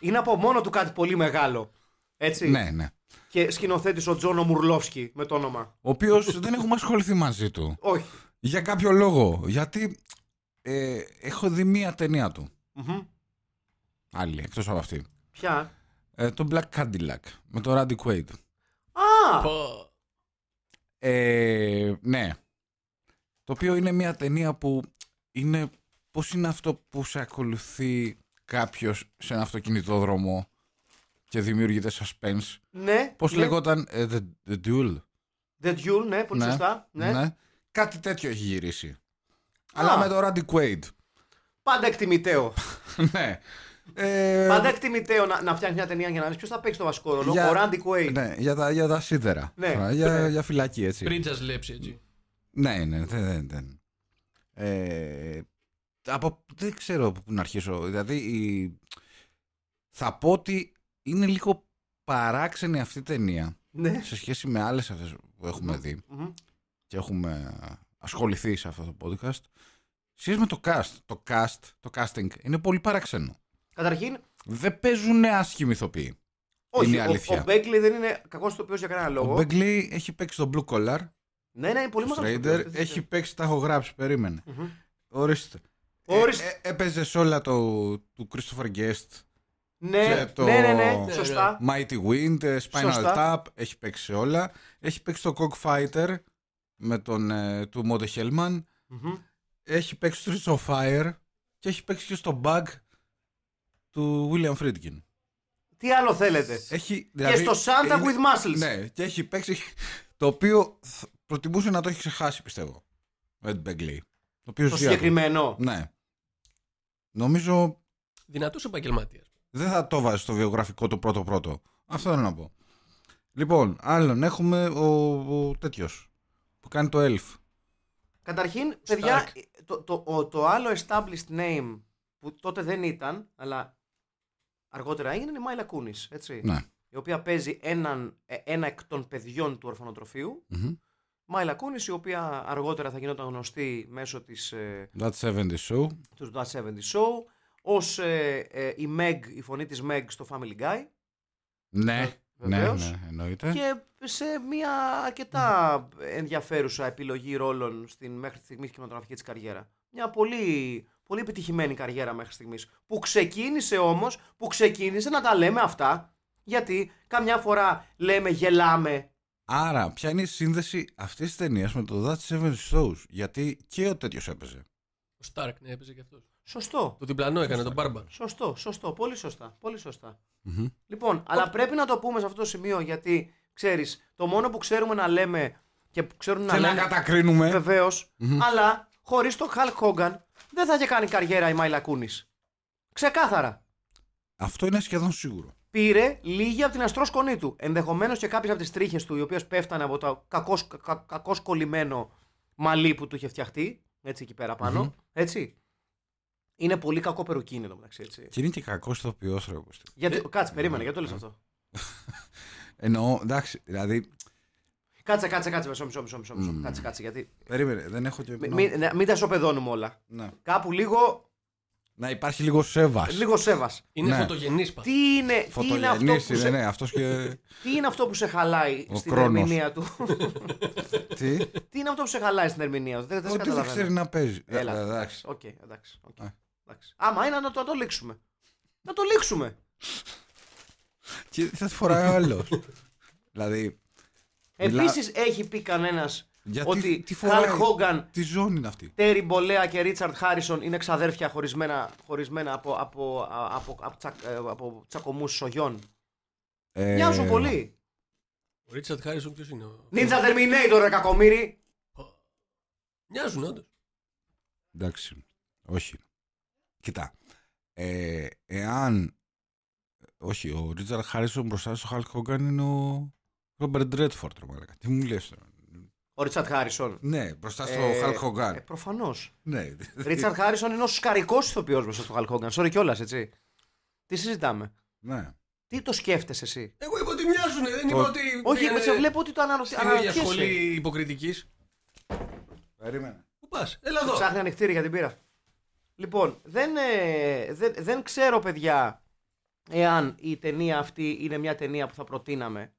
Speaker 3: Είναι από μόνο του κάτι πολύ μεγάλο. Έτσι.
Speaker 4: Ναι, ναι.
Speaker 3: Και σκηνοθέτης ο Τζόνο Μουρλόφσκι με το όνομα.
Speaker 4: Ο οποίος δεν έχουμε ασχοληθεί μαζί του.
Speaker 3: Όχι.
Speaker 4: Για κάποιο λόγο. Γιατί ε, έχω δει μία ταινία του.
Speaker 3: Μμμ.
Speaker 4: Άλλη, εκτός από αυτή.
Speaker 3: Ποια.
Speaker 4: Ε, το Black Cadillac με το Randy Quaid.
Speaker 3: Α!
Speaker 5: Πω.
Speaker 4: Ε, ναι. Το οποίο είναι μια ταινία που είναι. Πώς είναι αυτό που σε ακολουθεί κάποιος σε ένα αυτοκινητόδρομο και δημιουργείται suspense.
Speaker 3: Ναι.
Speaker 4: Πώς
Speaker 3: ναι.
Speaker 4: λεγόταν. ε, the, the Duel.
Speaker 3: The Duel, ναι, πολύ σωστά. Ναι.
Speaker 4: Κάτι τέτοιο έχει γυρίσει. Αλλά με το Randy Quaid.
Speaker 3: Πάντα εκτιμητέο.
Speaker 4: ναι. Ε,
Speaker 3: Πάντα εκτιμητέο να, να φτιάχνει μια ταινία για να δεις ποιος θα παίξει το βασικό ρόλο.
Speaker 4: για-
Speaker 3: Ο Randy Quaid.
Speaker 4: Ναι, για τα, για τα σίδερα.
Speaker 3: Ναι.
Speaker 4: Τώρα, Για, για φυλακή, έτσι.
Speaker 5: Πρίτζα λέψη έτσι.
Speaker 4: Ναι, ναι, δεν. δεν, δεν. Ε, από, δεν ξέρω από πού να αρχίσω. Δηλαδή, η- θα πω ότι είναι λίγο παράξενη αυτή η ταινία
Speaker 3: Ναι.
Speaker 4: σε σχέση με άλλες αυτές που έχουμε δει
Speaker 3: Μμμ.
Speaker 4: και έχουμε ασχοληθεί σε αυτό το podcast. Σχέση με το cast. Το cast, το casting είναι πολύ παράξενο.
Speaker 3: Καταρχήν,
Speaker 4: Δεν παίζουν άσχημοι ηθοποιοί.
Speaker 3: όχι,
Speaker 4: Είναι
Speaker 3: ο-
Speaker 4: αλήθεια.
Speaker 3: ο, Μπέγκλι δεν είναι κακός το για κανένα
Speaker 4: Ο
Speaker 3: λόγο.
Speaker 4: Μπέγκλι έχει παίξει τον Blue Collar.
Speaker 3: Ναι, ναι, είναι πολύ
Speaker 4: Ο
Speaker 3: μεγάλο.
Speaker 4: Στρέιντερ έχει παίξει, τα έχω γράψει, περίμενε.
Speaker 3: Μμμ.
Speaker 4: Ορίστε.
Speaker 3: Ορίστε.
Speaker 4: Ε, ε, έπαιζε σε όλα το, του Christopher Guest.
Speaker 3: Ναι,
Speaker 4: και το-
Speaker 3: ναι, ναι, ναι,
Speaker 4: Ναι,
Speaker 3: σωστά.
Speaker 4: Mighty Wind, ε, Spinal
Speaker 3: Σωστά.
Speaker 4: Tap, έχει παίξει σε όλα. Έχει παίξει το Cockfighter με τον, ε, του Μόντε Χέλμαν.
Speaker 3: Μμμ.
Speaker 4: Έχει παίξει στο Streets of Fire και έχει παίξει και στο Bug του William Friedkin.
Speaker 3: Τι άλλο θέλετε.
Speaker 4: Έχει,
Speaker 3: Και
Speaker 4: δηλαδή,
Speaker 3: στο Santa
Speaker 4: είναι-
Speaker 3: with Muscles.
Speaker 4: Ναι, και έχει παίξει. Το οποίο θ- προτιμούσε να το έχει ξεχάσει, πιστεύω. Ο Ed Begley. Το οποίο
Speaker 3: Το
Speaker 4: ζει
Speaker 3: συγκεκριμένο.
Speaker 4: ακόμα. Ναι. Νομίζω
Speaker 5: Δυνατός επαγγελματίας.
Speaker 4: δεν θα το βάζεις στο βιογραφικό το πρώτο-πρώτο. Αυτό θέλω να πω. Λοιπόν, άλλον έχουμε ο, ο τέτοιος που κάνει το Elf.
Speaker 3: Καταρχήν, παιδιά, το, το, ο- το άλλο established name που τότε δεν ήταν, αλλά αργότερα έγινε, είναι η Μάιλα Κούνης.
Speaker 4: Ναι.
Speaker 3: Η οποία παίζει έναν, ε, ένα εκ των παιδιών του ορφανοτροφείου.
Speaker 4: Μμμ.
Speaker 3: Μάιλα Κούνης, η οποία αργότερα θα γινόταν γνωστή μέσω της, ε,
Speaker 4: That 70 Show.
Speaker 3: του That 70 Show, ως ε, ε, η Meg, η φωνή της Meg στο Family Guy.
Speaker 4: Ναι, ναι,
Speaker 3: Ε, βεβαίως.
Speaker 4: ναι, εννοείται.
Speaker 3: και σε μια αρκετά ενδιαφέρουσα επιλογή ρόλων στην μέχρι στιγμή κινηματογραφική της καριέρα. Μια πολύ, πολύ επιτυχημένη καριέρα μέχρι στιγμής. Που ξεκίνησε όμως, που ξεκίνησε να τα λέμε αυτά. Γιατί καμιά φορά λέμε γελάμε.
Speaker 4: Άρα, ποια είναι η σύνδεση αυτής της ταινίας με το That 70 Shows. Γιατί και ο τέτοιος έπαιζε.
Speaker 5: Ο Στάρκ, ναι, έπαιζε και αυτός.
Speaker 3: Σωστό.
Speaker 5: Το διπλανό έκανε, τον Μπάρμπα.
Speaker 3: Σωστό, σωστό. Πολύ σωστά. Πολύ σωστά.
Speaker 4: Μμμ.
Speaker 3: Λοιπόν, αλλά πρέπει να το πούμε σε αυτό το σημείο γιατί ξέρεις, το μόνο που ξέρουμε να λέμε και που ξέρουν να
Speaker 4: Και να
Speaker 3: λένε.
Speaker 4: κατακρίνουμε.
Speaker 3: Βεβαίως. Αλλά χωρίς τον Χαλ Χόγκαν δεν θα είχε κάνει καριέρα η Μάιλα Κούνης. Ξεκάθαρα.
Speaker 4: Αυτό είναι σχεδόν σίγουρο.
Speaker 3: Πήρε λίγη από την αστρόσκονή του. Ενδεχομένως και κάποιες από τις τρίχες του, οι οποίες πέφτανε από το κακός κολλημένο μαλλί που του είχε φτιαχτεί. Έτσι εκεί πέρα πάνω. Έτσι. Είναι πολύ κακό περουκίνη εδώ μεταξύ. Έτσι.
Speaker 4: Και είναι και κακός ηθοποιός, ρε Κωστή.
Speaker 3: Γιατί, κάτσε, περίμενε, γιατί το λες αυτό.
Speaker 4: Εννοώ, εντάξει, δηλαδή.
Speaker 3: Κάτσε, κάτσε, κάτσε. Μισό, μισό, μισό. μισό, μισό. Κάτσε, κάτσε. Γιατί.
Speaker 4: Περίμενε, δεν έχω και.
Speaker 3: Μην, μην, μην τα σοπεδώνουμε όλα.
Speaker 4: Ναι.
Speaker 3: Κάπου λίγο,
Speaker 4: Να υπάρχει λίγο σέβας.
Speaker 3: λίγο σέβας.
Speaker 5: Είναι
Speaker 4: Ναι.
Speaker 5: φωτογενής πα.
Speaker 3: Τι είναι, τι είναι αυτό
Speaker 4: Φωτογενή
Speaker 3: που σε,
Speaker 4: είναι, ναι, αυτός και.
Speaker 3: Τι είναι αυτό που σε χαλάει
Speaker 4: Ο
Speaker 3: στην
Speaker 4: Κρόνος.
Speaker 3: ερμηνεία του.
Speaker 4: Τι.
Speaker 3: Τι είναι αυτό που σε χαλάει στην ερμηνεία του. Δεν, δεν σε
Speaker 4: Ότι δεν
Speaker 3: καταλαβαίνω.
Speaker 4: ξέρει να παίζει. Ε,
Speaker 3: Έλα.
Speaker 4: Εντάξει.
Speaker 3: Οκ, εντάξει. οκ.
Speaker 4: Ε.
Speaker 3: εντάξει. Άμα είναι να το, να το λήξουμε. Να το λήξουμε.
Speaker 4: Και θα τη φοράει ο άλλος. Δηλαδή. Μιλά-
Speaker 3: Επίσης έχει πει κανένας
Speaker 4: Γιατί
Speaker 3: ότι
Speaker 4: τι φοράει.
Speaker 3: Χαλ Χόγκαν,
Speaker 4: Τι ζώνη είναι αυτή.
Speaker 3: Τέρι Μπολέα και Ρίτσαρντ Χάρισον είναι ξαδέρφια χωρισμένα, χωρισμένα από, από, α- από, από, τσακ- ε, από τσακωμούς σογιών.
Speaker 4: Ε,
Speaker 3: Μοιάζουν πολύ.
Speaker 5: Ο Ρίτσαρτ Χάρισον ποιος είναι. ο-
Speaker 3: Ninja Terminator, ρε κακομύρι.
Speaker 5: Μοιάζουν, όντως.
Speaker 4: Εντάξει. Όχι. Κοιτά. Ε, εάν. Όχι, ο Ρίτζαρ Χάρισον μπροστά στο Χαλκ Χόγκαν είναι ο Ρόμπερτ Ντρέτφορντ. ρε μαλάκα. Τι μου λες τώρα.
Speaker 3: Ο Ρίτσαρντ Χάρισον.
Speaker 4: Ναι, μπροστά στο
Speaker 3: Ε,
Speaker 4: Χαλκ Χόγκαν.
Speaker 3: Ε, Προφανώς.
Speaker 4: ναι.
Speaker 3: Ρίτσαρντ Χάρισον είναι ο σκαρικός ηθοποιός μέσα στο Χαλ Χόγκαν. Sorry κιόλας, έτσι. Τι συζητάμε.
Speaker 4: ναι.
Speaker 3: Τι το σκέφτεσαι εσύ.
Speaker 5: Εγώ είπα ότι μοιάζουν, δεν είπα
Speaker 4: Ο-
Speaker 5: ότι.
Speaker 3: Όχι,
Speaker 4: Ε,
Speaker 5: πήγανε
Speaker 3: σε βλέπω ότι το αναρωτ-
Speaker 5: Στην ίδια
Speaker 3: αναρωτιέσαι.
Speaker 5: σχολή υποκριτικής.
Speaker 4: Περίμενε.
Speaker 5: Πού πας, έλα εδώ.
Speaker 3: Ψάχνει ανοιχτήρι για την πύρα. Λοιπόν, δεν, ε, δεν, δεν ξέρω, παιδιά, εάν η ταινία αυτή είναι μια ταινία που θα προτείναμε.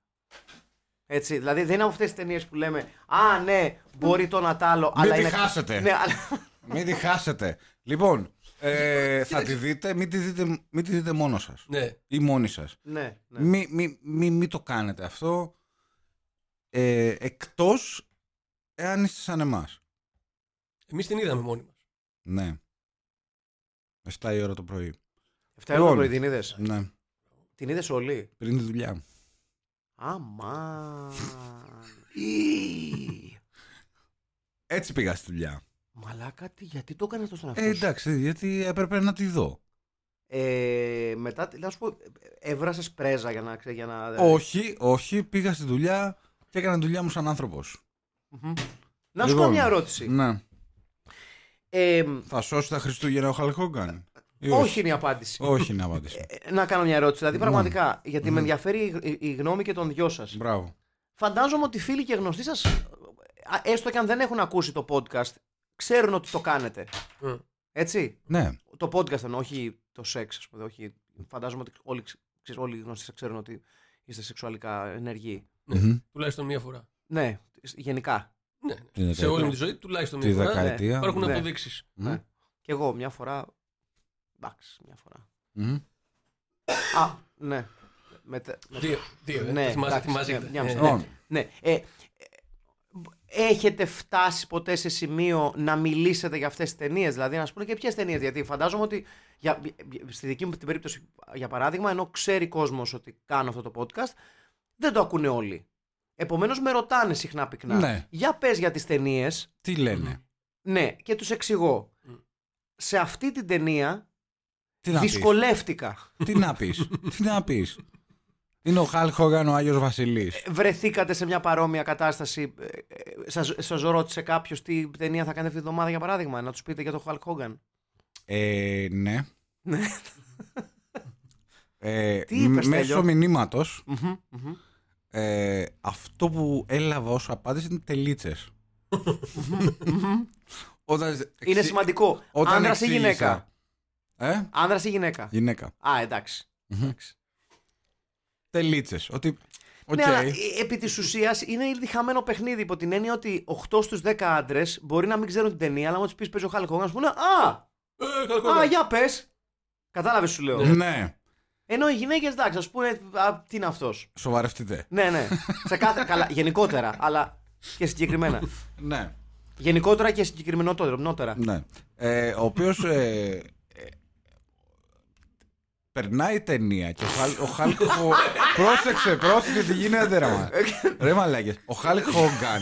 Speaker 3: Έτσι, δηλαδή δεν είναι από αυτές τις ταινίες που λέμε Α, ναι, μπορεί το να τ' άλλο,
Speaker 4: Μην
Speaker 3: αλλά
Speaker 4: τη
Speaker 3: είναι.
Speaker 4: χάσετε.
Speaker 3: Ναι, αλλά...
Speaker 4: Μην τη χάσετε. Λοιπόν, ε, θα τη δείτε, μην τη δείτε, μην τη δείτε μόνος σας.
Speaker 5: Ναι,
Speaker 4: Ή μόνοι σας.
Speaker 3: ναι, ναι.
Speaker 4: Μην μη, μη, μη το κάνετε αυτό. Ε, εκτός εάν είστε σαν εμάς.
Speaker 5: εμείς την είδαμε μόνοι μας.
Speaker 4: Ναι. 7 η ώρα το πρωί.
Speaker 3: Αυτά είναι το
Speaker 4: Λοιπόν.
Speaker 3: πρωί, την είδες.
Speaker 4: Ναι.
Speaker 3: Την είδες όλοι.
Speaker 4: Πριν τη δουλειά μου.
Speaker 3: Αμάν. Ή.
Speaker 4: Έτσι πήγα στη δουλειά.
Speaker 3: Μαλάκα, τι, γιατί το έκανες αυτό στον εαυτό
Speaker 4: Ε,
Speaker 3: σου.
Speaker 4: εντάξει, γιατί έπρεπε να τη δω.
Speaker 3: Ε, μετά, να σου πω, έβρασες πρέζα για να ξέρει. Για να...
Speaker 4: Όχι, όχι, πήγα στη δουλειά και έκανα τη δουλειά μου σαν άνθρωπος.
Speaker 3: Μμμ. Να σου κάνω
Speaker 4: Λοιπόν,
Speaker 3: μια ερώτηση.
Speaker 4: Ναι.
Speaker 3: Ε,
Speaker 4: Θα σώσει τα Χριστούγεννα ο Χαλκόγκαν. Ή
Speaker 3: όχι είναι η απάντηση.
Speaker 4: Όχι να απαντήσω.
Speaker 3: Ε, Να κάνω μια ερώτηση. Δηλαδή,
Speaker 4: Ναι.
Speaker 3: πραγματικά, γιατί με ενδιαφέρει η, η- η γνώμη και των δυο σας.
Speaker 4: Μπράβο.
Speaker 3: Φαντάζομαι ότι φίλοι και γνωστοί σας α, έστω και αν δεν έχουν ακούσει το podcast, ξέρουν ότι το κάνετε.
Speaker 5: Ε.
Speaker 3: Έτσι.
Speaker 4: Ναι.
Speaker 3: Το podcast εννοώ, όχι το σεξ, ας πούμε, όχι. Φαντάζομαι ότι όλοι, ξε- ξέρεις, όλοι οι γνωστοί σας ξέρουν ότι είστε σεξουαλικά ενεργοί.
Speaker 4: Μμμ.
Speaker 5: Τουλάχιστον μία φορά.
Speaker 3: Ναι, γενικά.
Speaker 5: Ναι,
Speaker 4: Την
Speaker 5: ναι. σε όλη
Speaker 4: δεκαετία.
Speaker 5: μου τη ζωή τουλάχιστον
Speaker 4: Τη
Speaker 5: μία φορά.
Speaker 4: δεκαετία.
Speaker 5: Υπάρχουν
Speaker 3: Ναι.
Speaker 5: αποδείξει.
Speaker 4: Μμμ.
Speaker 3: Κι εγώ μια φορά. Εντάξει, μια φορά.
Speaker 4: Μμμ.
Speaker 3: Α, ναι. Μετε- μετε-
Speaker 5: Δύο. δύο ε.
Speaker 3: Ναι,
Speaker 5: Το θυμάσαι,
Speaker 3: εντάξει,
Speaker 5: θυμάσαι.
Speaker 3: ναι, μια
Speaker 5: Ε,
Speaker 3: μισή.
Speaker 5: ναι.
Speaker 4: Λοιπόν,
Speaker 3: Ναι. Ε, ε, έχετε φτάσει ποτέ σε σημείο να μιλήσετε για αυτές τις ταινίες, δηλαδή να σου πούνε και ποιες ταινίες, γιατί φαντάζομαι ότι για, στη δική μου την περίπτωση, για παράδειγμα, ενώ ξέρει κόσμος ότι κάνω αυτό το podcast, δεν το ακούνε όλοι. Επομένως με ρωτάνε συχνά πυκνά.
Speaker 4: Ναι.
Speaker 3: Για πες για τις ταινίες,
Speaker 4: τι λένε.
Speaker 3: ναι, και τους εξηγώ.
Speaker 5: Μμ.
Speaker 3: Σε αυτή την ταινία
Speaker 4: Τι να πεις.
Speaker 3: δυσκολεύτηκα.
Speaker 4: Τι να πεις. Τι να πεις. Είναι ο Χαλ Χόγκαν ο Άγιος Βασιλής.
Speaker 3: Βρεθήκατε σε μια παρόμοια κατάσταση. ε, ε, Σας, σας ρώτησε κάποιος τι ταινία θα κάνετε αυτή τη βδομάδα για παράδειγμα. Να τους πείτε για τον Χαλκ Χόγκαν.
Speaker 4: Ε, ναι.
Speaker 3: Ναι.
Speaker 4: Ε,
Speaker 3: Τι είπες,
Speaker 4: μέσω
Speaker 3: Τέλειο?
Speaker 4: μηνύματος
Speaker 3: Μμμ, μμμ.
Speaker 4: ε, αυτό που έλαβα ως απάντηση είναι τελίτσες. Όταν-
Speaker 3: Είναι σημαντικό.
Speaker 4: Όταν
Speaker 3: Άνδρα ή
Speaker 4: εξήγησα-
Speaker 3: γυναίκα.
Speaker 4: Ε,
Speaker 3: Άνδρα ή γυναίκα.
Speaker 4: γυναίκα.
Speaker 3: Α, εντάξει. Εντάξει.
Speaker 4: Τελίτσες. Ότι, οκ.
Speaker 3: Ναι, αλλά ε, επί της ουσίας είναι ήδη χαμένο παιχνίδι υπό την έννοια ότι 8 στου 10 άντρες μπορεί να μην ξέρουν την ταινία, αλλά άμα τους πεις παίζει ο Χάλκ Χόγκαν, σου πούνε Α,
Speaker 5: Ε, Χαλκόβα.
Speaker 3: α για πες. Κατάλαβες σου λέω.
Speaker 4: ναι.
Speaker 3: Ενώ οι γυναίκες εντάξει, ας πούνε «Α, τι είναι αυτός.
Speaker 4: Σοβαρευτείτε.
Speaker 3: Ναι, ναι. Σε κάθε, καλά, γενικότερα, αλλά και συγκεκριμένα.
Speaker 4: Ναι.
Speaker 3: Γενικότερα και συγκεκριμενότερα.
Speaker 4: Ναι. Ε, ο οποίος. Ε, ε, περνάει η ταινία και ο Χάλκ. Ο Χάλκ ο- πρόσεξε, πρόσεξε τι γίνεται, ρε μα. Ρε μαλάκες. Ο Χάλκ Χόγκαν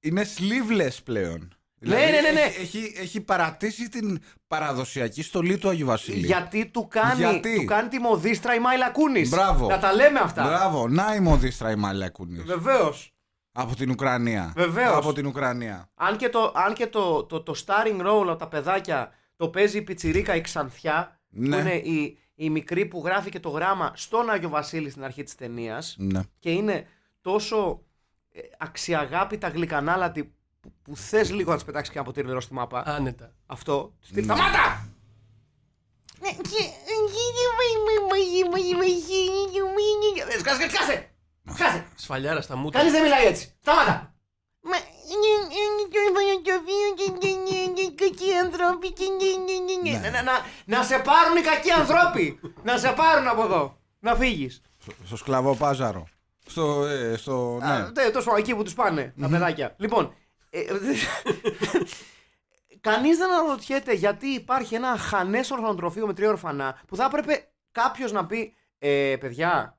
Speaker 4: είναι sleeveless πλέον. Δηλαδή,
Speaker 3: ναι, ναι, ναι.
Speaker 4: Έχει, έχει, έχει παρατήσει την παραδοσιακή στολή του Αγίου Βασιλείου.
Speaker 3: Γιατί του κάνει,
Speaker 4: Γιατί?
Speaker 3: Του κάνει τη μοδίστρα η Μάιλα Κούνη.
Speaker 4: Μπράβο.
Speaker 3: Να τα λέμε αυτά.
Speaker 4: Μπράβο, να η μοδίστρα η Μαλία Κουνής.
Speaker 3: Βεβαίως.
Speaker 4: Από την Ουκρανία.
Speaker 3: Βεβαίως.
Speaker 4: Από την Ουκρανία.
Speaker 3: Αν και, το, αν και το, το, το starring role από τα παιδάκια το παίζει η Πιτσιρίκα η Ξανθιά,
Speaker 4: Ναι.
Speaker 3: που είναι η, η μικρή που γράφει και το γράμμα στον Άγιο Βασίλη στην αρχή της ταινίας.
Speaker 4: Ναι.
Speaker 3: Και είναι τόσο ε, αξιαγάπητα γλυκανάλατη που, που θες λίγο να τη πετάξεις και από τη νερό στη μάπα.
Speaker 5: Άνετα.
Speaker 3: Αυτό. Στείλ
Speaker 6: Ναι.
Speaker 3: σταμάτα! Ε, Σκάσε, σκάσε!
Speaker 6: Ναι.
Speaker 3: Σκάσε!
Speaker 5: Σφαλιάρα στα μούτρα.
Speaker 3: Κανείς δεν μιλάει έτσι. Σταμάτα!
Speaker 6: Μα ναι, είναι το βαλατοβείο και είναι ναι, κακοί άνθρωποι ναι, και είναι...
Speaker 3: Να, να, Ναι, να, να σε πάρουν οι κακοί ανθρώποι! να σε πάρουν από εδώ! Να φύγεις.
Speaker 4: Στο- Στο σκλαβό Πάζαρο. Στο. ε, στο ναι.
Speaker 3: Α, τε- Τόσο εκεί που τους πάνε, τα παιδάκια. Λοιπόν, ε, κανείς δεν αναρωτιέται γιατί υπάρχει ένα χανές ορφανοτροφείο με τρία ορφανά που θα έπρεπε κάποιος να πει «Ε, παιδιά,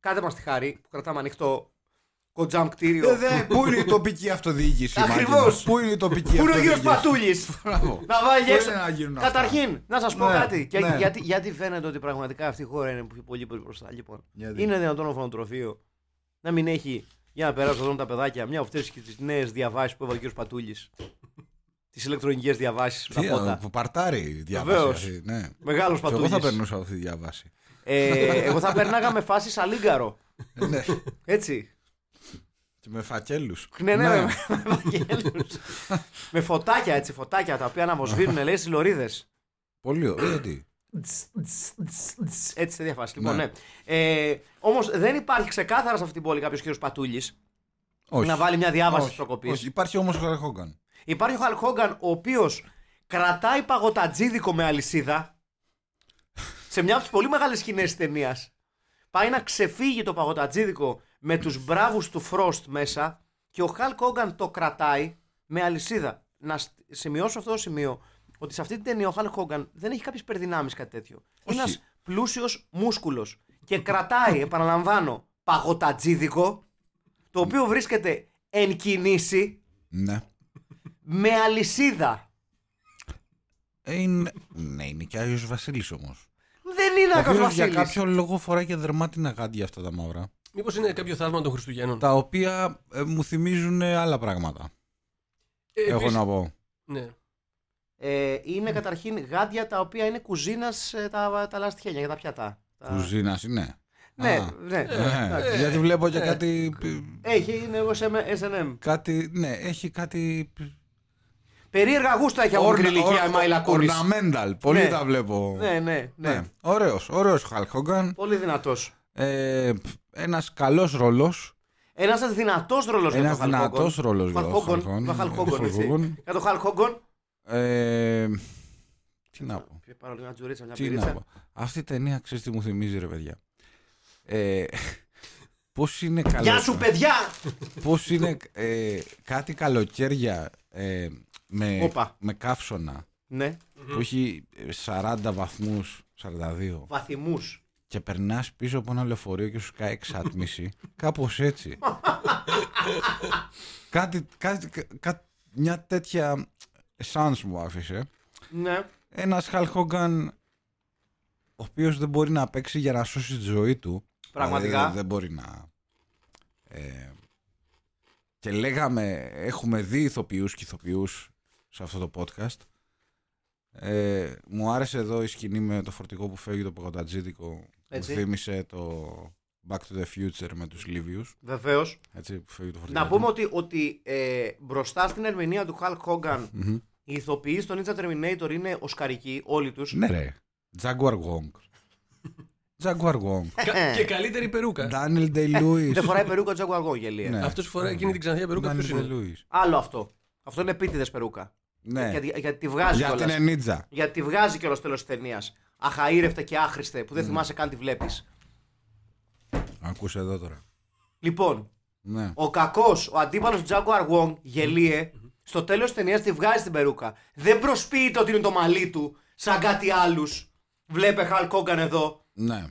Speaker 3: κάντε μας τη χάρη που κρατάμε ανοιχτό κοντζάμ κτίριο».
Speaker 4: Ε, δε, πού είναι η τοπική αυτοδιοίκηση,
Speaker 3: Ακριβώς.
Speaker 4: Μάκη μου, Πού είναι η τοπική
Speaker 3: Πού είναι ο
Speaker 4: αυτοδιοίκηση.
Speaker 3: κύριος Πατούλης.
Speaker 4: Μπράβο.
Speaker 3: Να βάλει
Speaker 4: Πώς
Speaker 3: έξω.
Speaker 4: είναι να γίνουν αυτά.
Speaker 3: Καταρχήν, να σας πω
Speaker 4: Ναι,
Speaker 3: κάτι. Και-
Speaker 4: ναι.
Speaker 3: γιατί, γιατί φαίνεται ότι πραγματικά αυτή η χώρα είναι που έχει πολύ πολύ μπροστά. Λοιπόν,
Speaker 4: Γιατί?
Speaker 3: είναι δυνατόν ο φανοτροφείο να μην έχει για να περάσουν εδώ τα παιδάκια μια από αυτές τις νέες διαβάσεις που έβαλε ο κύριος Πατούλης. Τις ηλεκτρονικές διαβάσεις με
Speaker 4: Τι,
Speaker 3: τα φώτα.
Speaker 4: α, που παρτάρει διάβαση.
Speaker 3: Βεβαίως.
Speaker 4: αυτή, Ναι.
Speaker 3: Μεγάλος
Speaker 4: Και εγώ
Speaker 3: Πατούλη.
Speaker 4: θα περνούσα αυτή τη διάβαση.
Speaker 3: ε, εγώ θα περνάγα με φάση σαλίγκαρο.
Speaker 4: ναι.
Speaker 3: Έτσι.
Speaker 4: Και με φακέλους.
Speaker 3: Ναι, ναι, με, με βαγγέλους. με φωτάκια έτσι, φωτάκια τα οποία αναβοσβήνουν, λέει, στις λωρίδες.
Speaker 4: Πολύ ωραίο. Γιατί.
Speaker 3: Έτσι σε διαφάση. Λοιπόν,
Speaker 4: Ναι.
Speaker 3: ναι. Ε, Όμως δεν υπάρχει ξεκάθαρα σε αυτή την πόλη κάποιος κύριος Πατούλης
Speaker 4: Όχι.
Speaker 3: να βάλει μια διάβαση
Speaker 4: Όχι,
Speaker 3: της
Speaker 4: όχι.
Speaker 3: προκοπή.
Speaker 4: Υπάρχει όμως ο Χαρχόγκαν.
Speaker 3: Υπάρχει ο Χαλκ Χόγκαν ο οποίος κρατάει παγωτατζίδικο με αλυσίδα σε μια από τις πολύ μεγάλες σκηνές της ταινίας. Πάει να ξεφύγει το παγωτατζίδικο με τους μπράβους του Frost μέσα και ο Χαλκ Χόγκαν το κρατάει με αλυσίδα. Να σ- σημειώσω αυτό το σημείο ότι σε αυτή την ταινία ο Χαλκ Χόγκαν δεν έχει κάποιες υπερδυνάμει κάτι τέτοιο.
Speaker 4: Όχι.
Speaker 3: Είναι ένας πλούσιος μούσκουλος και κρατάει, επαναλαμβάνω, παγωτατζίδικο το οποίο βρίσκεται εν κινήσει
Speaker 4: Ναι.
Speaker 3: με αλυσίδα.
Speaker 4: Ε, είναι- Ναι, είναι και Άγιος Βασίλης όμως.
Speaker 3: Δεν είναι
Speaker 4: Ο
Speaker 3: Άγιος
Speaker 4: οποίος για
Speaker 3: Βασίλης.
Speaker 4: κάποιο λόγο φοράει και δερμάτινα γάντια αυτά τα μαύρα.
Speaker 5: Μήπως είναι κάποιο θαύμα των Χριστουγέννων.
Speaker 4: Τα οποία ε, μου θυμίζουν ε, άλλα πράγματα.
Speaker 5: Ε,
Speaker 4: Έχω
Speaker 5: επίσης-
Speaker 4: να πω.
Speaker 5: Ναι.
Speaker 3: Ε, είναι ε, καταρχήν γάντια τα οποία είναι κουζίνας τα, τα λαστιχένια για τα πιάτα. Τα-
Speaker 4: Κουζίνας είναι.
Speaker 3: Ναι,
Speaker 4: Α.
Speaker 3: ναι.
Speaker 4: Ε,
Speaker 3: εντάξει.
Speaker 4: γιατί βλέπω και κάτι.
Speaker 3: Έχει, είναι εγώ σε SNM.
Speaker 4: Κάτι, ναι, έχει κάτι.
Speaker 3: Περίεργα γούστα έχει από μικρή ηλικία η Μάιλα Κούνης.
Speaker 4: Ornamental. Πολύ
Speaker 3: Ναι.
Speaker 4: τα βλέπω.
Speaker 3: Ναι, ναι, ναι.
Speaker 4: ναι. Ωραίος, ωραίος Hulk Hogan.
Speaker 3: Πολύ δυνατός.
Speaker 4: Ε, π, ένας καλός ρόλος.
Speaker 3: Ένας δυνατός ρόλος για
Speaker 4: Ένας
Speaker 3: τον Χαλκόγκον.
Speaker 4: δυνατός ρόλος για τον Hulk Hogan.
Speaker 3: Για τον Χαλκόγκον.
Speaker 4: Ε, Hulk
Speaker 3: έτσι.
Speaker 4: Hogan.
Speaker 3: Για τον Χαλκόγκον.
Speaker 4: Ε, τι να πω.
Speaker 3: Πάρω λίγο ένα τζουρίτσα, μια
Speaker 4: Τι να
Speaker 3: πυρίτσα.
Speaker 4: πω. Αυτή η ταινία ξέρεις τι μου θυμίζει ρε παιδιά. Ε, πώς είναι καλό.
Speaker 3: Γεια σου, παιδιά!
Speaker 4: Πώς είναι ε, κάτι καλοκαίρια ε, με,
Speaker 3: Όπα.
Speaker 4: με καύσωνα
Speaker 3: Ναι,
Speaker 4: που έχει ε, 40 βαθμούς, 42
Speaker 3: βαθμούς.
Speaker 4: και περνάς πίσω από ένα λεωφορείο και σου σκάει εξάτμιση. κάπως έτσι. κάτι, κάτι, κά- μια τέτοια σάνς μου άφησε.
Speaker 3: Ναι.
Speaker 4: Ένας Χαλχόγκαν ο οποίος δεν μπορεί να παίξει για να σώσει τη ζωή του.
Speaker 3: Πραγματικά.
Speaker 4: Δηλαδή, δεν, δεν μπορεί να... ε, και λέγαμε, έχουμε δει ηθοποιούς και ηθοποιούς σε αυτό το podcast. Ε, μου άρεσε εδώ η σκηνή με το φορτικό που φεύγει το παγωτατζίδικο. Μου
Speaker 3: Έτσι.
Speaker 4: θύμισε το Back to the Future με τους Λίβιους.
Speaker 3: Βεβαίως.
Speaker 4: Έτσι, που φεύγει το φορτηγάκι.
Speaker 3: Να πούμε ότι, ότι ε, μπροστά στην ερμηνεία του Χαλκ Χόγκαν, οι ηθοποιοί στο Ninja Terminator είναι οσκαρικοί, όλοι τους.
Speaker 4: Ναι ρε, Jaguar Wong. Jaguar Wong.
Speaker 3: Ε,
Speaker 5: Κα- και καλύτερη περούκα.
Speaker 4: Daniel Day-Lewis.
Speaker 3: Δεν φοράει περούκα τζαγκουαργό, γελία.
Speaker 4: Ναι.
Speaker 5: Αυτός φοράει εκείνη την ξανθιά περούκα.
Speaker 4: Daniel
Speaker 5: Ποιος είναι.
Speaker 4: Day-Lewis.
Speaker 3: Άλλο αυτό. Αυτό είναι επίτηδες περούκα.
Speaker 4: Ναι.
Speaker 3: Γιατί, γιατί τη βγάζει
Speaker 4: Για
Speaker 3: κιόλας.
Speaker 4: την Ενίτζα.
Speaker 3: Γιατί τη βγάζει κιόλας τέλος της ταινίας. Αχαήρευτα και άχρηστε που δεν θυμάσαι καν τη βλέπεις.
Speaker 4: Ακούσε εδώ τώρα.
Speaker 3: Λοιπόν,
Speaker 4: Ναι.
Speaker 3: ο κακός, ο αντίπαλος του Τζάγκο Αργουόγκ, γελίε, στο τέλος της ταινίας τη βγάζει την περούκα. Δεν προσποιείται ότι είναι το μαλλί του, σαν κάτι άλλους. Βλέπε Χαλ Κόγκαν εδώ,
Speaker 4: Ναι.
Speaker 5: Άρα,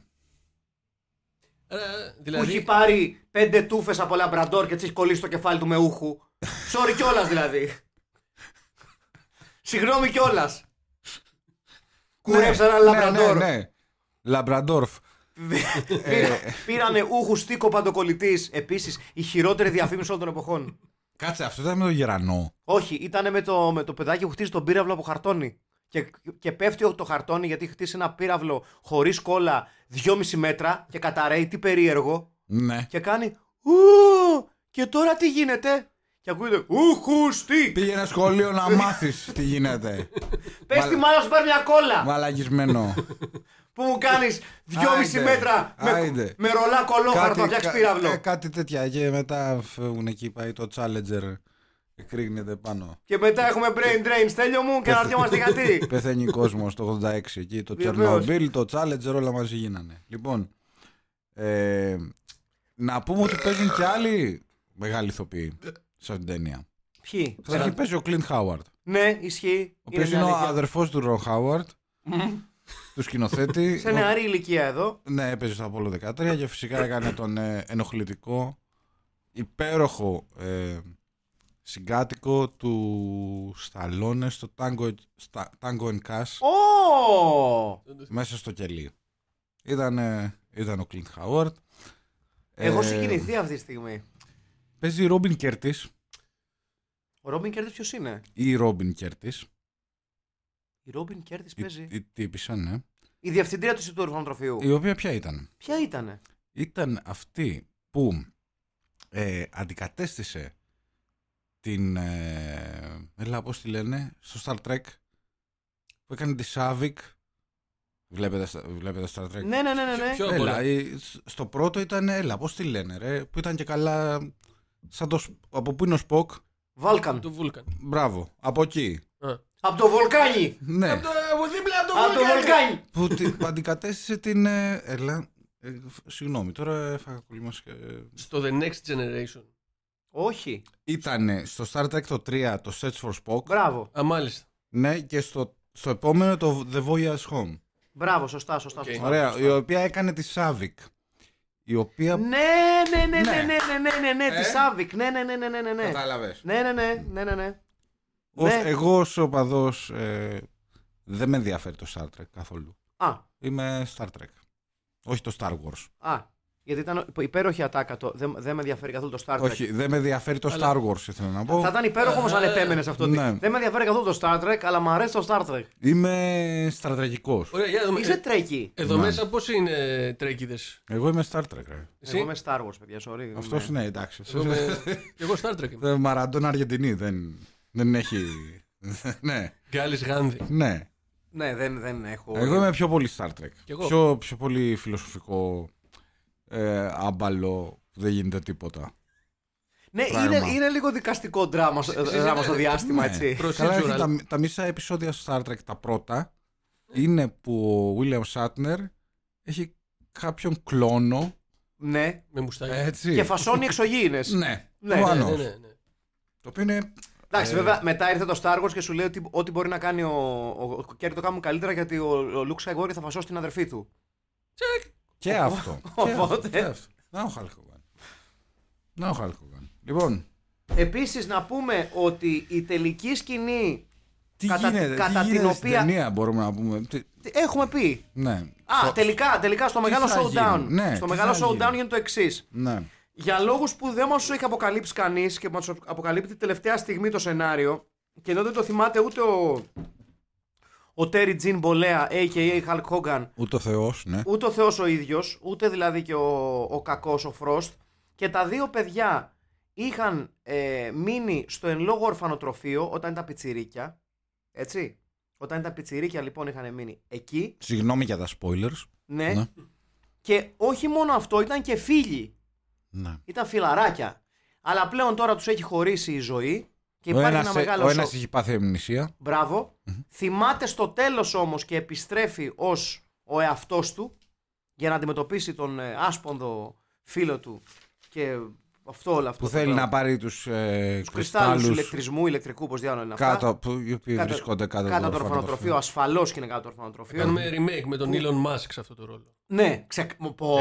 Speaker 3: που έχει
Speaker 5: Δηλαδή,
Speaker 3: πάρει πέντε τούφες από λαμπραντόρ και τις έχει κολλήσει το κεφάλι του με ούχου. Sorry κιόλας δηλαδή. Συγγνώμη κιόλας. Κούρεψε ένα λαμπραντόρ.
Speaker 4: Ναι, ε. ναι. Λαμπραντόρφ.
Speaker 3: Πήρα- Πήρανε ούχου στίκο παντοκολλητής. Επίσης, η χειρότερη διαφήμιση όλων των εποχών.
Speaker 4: Κάτσε, αυτό ήταν με τον Γερανό.
Speaker 3: Όχι, ήταν με το, με το παιδάκι που χτίζει τον πύραυλο από χαρτόνι. Και, και πέφτει το χαρτόνι γιατί έχει χτίσει ένα πύραυλο χωρίς κόλλα 2,5 μέτρα και καταραίει. Τι περίεργο.
Speaker 4: Ναι.
Speaker 3: Και κάνει. Ου, και τώρα τι γίνεται. Και ακούγεται. Ούχου στίκ.
Speaker 4: Πήγαινε σχολείο να μάθεις τι γίνεται.
Speaker 3: Πες τη μάνα σου πάρει μια κόλλα.
Speaker 4: Μαλαγισμένο.
Speaker 3: Που μου κάνεις 2,5
Speaker 4: Άιντε,
Speaker 3: μέτρα με,
Speaker 4: άιντε.
Speaker 3: με ρολά κολόχαρτο να φτιάξει
Speaker 4: κα- ε,
Speaker 3: πύραυλο.
Speaker 4: κάτι τέτοια. Και μετά φεύγουν εκεί, πάει το Challenger. και Κρύγνεται πάνω.
Speaker 3: Και μετά έχουμε brain drain, στέλιο μου, και αναρωτιόμαστε γιατί.
Speaker 4: Πεθαίνει κόσμος το 86 εκεί. Το
Speaker 3: Βεβαίως.
Speaker 4: Τσερνομπίλ, το Challenger, όλα μαζί γίνανε. Λοιπόν. ε, να πούμε ότι παίζουν και άλλοι μεγάλοι ηθοποιοί σε αυτήν την ταινία.
Speaker 3: Ποιοι.
Speaker 4: Θα έχει παίζει ο Κλίντ Χάουαρτ.
Speaker 3: Ναι, ισχύει.
Speaker 4: Ο οποίο είναι ο αδερφός του Ρον Χάουαρτ, του σκηνοθέτη.
Speaker 3: Σε νεαρή ηλικία εδώ.
Speaker 4: Ναι, έπαιζε στο Απόλο 13 και φυσικά έκανε τον ε, ενοχλητικό, υπέροχο ε, συγκάτοικο του Σταλόνε στο Tango, στα, Tango and Cash
Speaker 3: Ω!
Speaker 4: μέσα στο κελί. Ήταν, ε, ήταν ο Κλίντ Χάουαρτ.
Speaker 3: Έχω
Speaker 4: Ε,
Speaker 3: συγκινηθεί αυτή τη στιγμή.
Speaker 4: Παίζει η Ρόμπιν Κέρτις
Speaker 3: Ο Ρόμπιν Κέρτη ποιος είναι.
Speaker 4: ή η Ρόμπιν Κέρτις,
Speaker 3: Η Ρόμπιν Κέρτη
Speaker 4: η,
Speaker 3: παίζει.
Speaker 4: η τύπησα, ναι,
Speaker 3: Η διευθυντρία του Ινστιτούτου Ορφανοτροφείου.
Speaker 4: η οποία ποια ήταν.
Speaker 3: Ποια ήτανε.
Speaker 4: ήταν αυτή που ε, αντικατέστησε την. Ε, έλα, πώς τη λένε, στο Star Trek που έκανε τη Savik. Βλέπετε, στα- βλέπετε Star Trek.
Speaker 3: Ναι, ναι, ναι, ναι. ναι.
Speaker 5: Ποιο-
Speaker 4: έλα,
Speaker 5: πολλά.
Speaker 4: η- σ- στο πρώτο ήταν, έλα, πώς τη λένε, ρε, που ήταν και καλά. Σαν το, σ- από πού είναι ο Σποκ.
Speaker 3: Βάλκαν.
Speaker 5: του Βούλκαν.
Speaker 4: Μπράβο, από εκεί.
Speaker 5: Α.
Speaker 3: Από το Βολκάνι.
Speaker 4: Ναι,
Speaker 5: Από δίπλα το
Speaker 3: Από το Βολκάνι.
Speaker 4: που τη- που αντικατέστησε την. ε, έλα, ε, φ- συγγνώμη, τώρα έφαγα ε, κολλήμας και-
Speaker 5: Στο The Next Generation.
Speaker 3: Όχι.
Speaker 4: Ήταν στο Star Trek το 3 το Search for Spock.
Speaker 3: Μπράβο.
Speaker 5: Α, μάλιστα.
Speaker 4: Ναι, και στο, στο επόμενο το The Voyage Home.
Speaker 3: Μπράβο, σωστά, σωστά.
Speaker 5: Οκ.
Speaker 3: σωστά.
Speaker 4: Ωραία, η οποία έκανε τη Σάβικ. Η οποία.
Speaker 3: Ναι, ναι, ναι, ναι,
Speaker 4: Ναι.
Speaker 3: ναι, ναι, ναι, ναι, ναι,
Speaker 4: Ε.
Speaker 3: τη Σάβικ. Ναι, ναι, ναι, ναι, ναι, ναι, ναι.
Speaker 4: Κατάλαβες.
Speaker 3: Ναι, ναι, ναι, ναι, ναι, ναι. ναι.
Speaker 4: Εγώ ως οπαδός δεν με ενδιαφέρει το Star Trek καθόλου.
Speaker 3: Α,
Speaker 4: Είμαι Star Trek. Όχι το Star Wars.
Speaker 3: α. Γιατί ήταν υπέροχη ατάκα το. Δεν, δεν με ενδιαφέρει καθόλου το Star Trek.
Speaker 4: Όχι, δεν με ενδιαφέρει το Star Wars, ήθελα να πω.
Speaker 3: Θα ήταν υπέροχο όμως αν επέμενες αυτό. ότι
Speaker 4: Ναι.
Speaker 3: Δεν με ενδιαφέρει καθόλου το Star Trek, αλλά μου αρέσει το Star Trek.
Speaker 4: Είμαι στρατηγικός.
Speaker 5: Ωραία, για να δούμε.
Speaker 3: Είσαι
Speaker 5: Ε,
Speaker 3: τρέκι.
Speaker 5: Εδώ μέσα πώς είναι τρέκιδες.
Speaker 4: Εγώ είμαι Star Trek, ρε.
Speaker 5: Εσύ.
Speaker 3: Εγώ είμαι Star Wars, παιδιά, sorry. Ναι.
Speaker 4: Αυτό
Speaker 3: είμαι-
Speaker 4: είναι εντάξει.
Speaker 5: Εγώ είμαι- Εγώ Star Trek. είμαι.
Speaker 4: Ε, Μαραντών Αργεντινή δεν, δεν έχει. ναι,
Speaker 5: Γκάλης Γάνδη.
Speaker 4: ναι.
Speaker 3: Ναι, δεν, δεν έχω.
Speaker 4: Εγώ είμαι πιο πολύ Star Trek.
Speaker 5: Κι εγώ.
Speaker 4: Πιο, πιο πολύ φιλοσοφικό, ε, άμπαλο, που δεν γίνεται τίποτα.
Speaker 3: Ναι,
Speaker 4: πράγμα.
Speaker 3: είναι, είναι λίγο δικαστικό δράμα, στο- δράμα στο διάστημα,
Speaker 4: Ναι.
Speaker 3: έτσι.
Speaker 4: Καλά, έχει
Speaker 5: Procedural.
Speaker 4: τα, τα μισά επεισόδια στο Star Trek, τα πρώτα,
Speaker 5: Ε.
Speaker 4: είναι που ο William Shatner έχει κάποιον κλόνο.
Speaker 3: Ναι.
Speaker 5: Με μουστάκι.
Speaker 4: Έτσι.
Speaker 3: Και φασώνει εξωγήινες.
Speaker 4: Ναι,
Speaker 3: Ναι,
Speaker 5: Ναι,
Speaker 4: Ε, προφανώς.
Speaker 5: ναι, ναι, ναι.
Speaker 4: Το οποίο είναι. Ε.
Speaker 3: Εντάξει, βέβαια, μετά ήρθε το Star Wars και σου λέει ότι ό,τι μπορεί να κάνει ο, ο, ο Κέρι το κάνουν καλύτερα γιατί ο, ο Luke Skywalker θα φασώσει την αδερφή του.
Speaker 4: Και αυτό.
Speaker 3: Οπότε.
Speaker 4: Και αυτό, και αυτό. Να ο Χάλκογαν. Να ο Χάλκογαν. Λοιπόν,
Speaker 3: Επίσης, να πούμε ότι η τελική σκηνή.
Speaker 4: τι
Speaker 3: Κατά-
Speaker 4: γίνεται,
Speaker 3: κατά
Speaker 4: τι
Speaker 3: την
Speaker 4: γίνεται στην
Speaker 3: οποία-
Speaker 4: ταινία μπορούμε να πούμε. Τι-
Speaker 3: τι Έχουμε πει.
Speaker 4: Ναι.
Speaker 3: Α,
Speaker 4: Στο-
Speaker 3: τελικά, τελικά στο μεγάλο
Speaker 4: θα
Speaker 3: showdown.
Speaker 4: γίνει, ναι,
Speaker 3: στο
Speaker 4: τι
Speaker 3: μεγάλο
Speaker 4: θα
Speaker 3: showdown
Speaker 4: γίνει.
Speaker 3: γίνεται το εξής.
Speaker 4: Ναι.
Speaker 3: Για λόγους που δεν μας του έχει αποκαλύψει κανείς και μας αποκαλύπτει τελευταία στιγμή το σενάριο, και ενώ δεν το θυμάται ούτε ο. Ο Τέρι Τζιν Μπολέα, a.k.a. Hulk Hogan,
Speaker 4: Ούτε ο Θεός, ναι.
Speaker 3: ούτε ο Θεός ο ίδιος, ούτε δηλαδή και ο, ο κακός ο Frost και τα δύο παιδιά είχαν ε, μείνει στο εν λόγω ορφανοτροφείο όταν ήταν πιτσιρίκια, έτσι. Όταν ήταν πιτσιρίκια λοιπόν είχαν μείνει εκεί,
Speaker 4: Συγγνώμη για τα spoilers.
Speaker 3: ναι.
Speaker 4: Ναι.
Speaker 3: Και όχι μόνο αυτό, ήταν και φίλοι,
Speaker 4: Ναι.
Speaker 3: ήταν φιλαράκια. Αλλά πλέον τώρα τους έχει χωρίσει η ζωή και
Speaker 4: Ο
Speaker 3: υπάρχει
Speaker 4: ένας,
Speaker 3: ένας
Speaker 4: ε,
Speaker 3: μεγάλο
Speaker 4: ο
Speaker 3: σοκ.
Speaker 4: ένας έχει πάθει αμνησία.
Speaker 3: Μπράβο. Θυμάται στο τέλος όμως και επιστρέφει ως ο εαυτός του για να αντιμετωπίσει τον ε, άσπονδο φίλο του και αυτό όλο αυτό.
Speaker 4: Που
Speaker 3: το
Speaker 4: θέλει
Speaker 3: πράγμα.
Speaker 4: να πάρει τους ε,
Speaker 3: Τους κρυστάλλους
Speaker 4: κρυστάλλους
Speaker 3: ηλεκτρισμού, ηλεκτρικού, πώς διάλογο είναι αυτά.
Speaker 4: κάτω, που, οι οποίοι
Speaker 3: Κάτω-
Speaker 4: βρίσκονται κάτω,
Speaker 3: κάτω
Speaker 4: από
Speaker 3: από το ορφανοτροφείο. Ασφαλώς και είναι κάτω από το ορφανοτροφείο.
Speaker 5: Κάνουμε remake με τον Elon Musk σε αυτό το ρόλο.
Speaker 3: Ναι, ξε... Πω,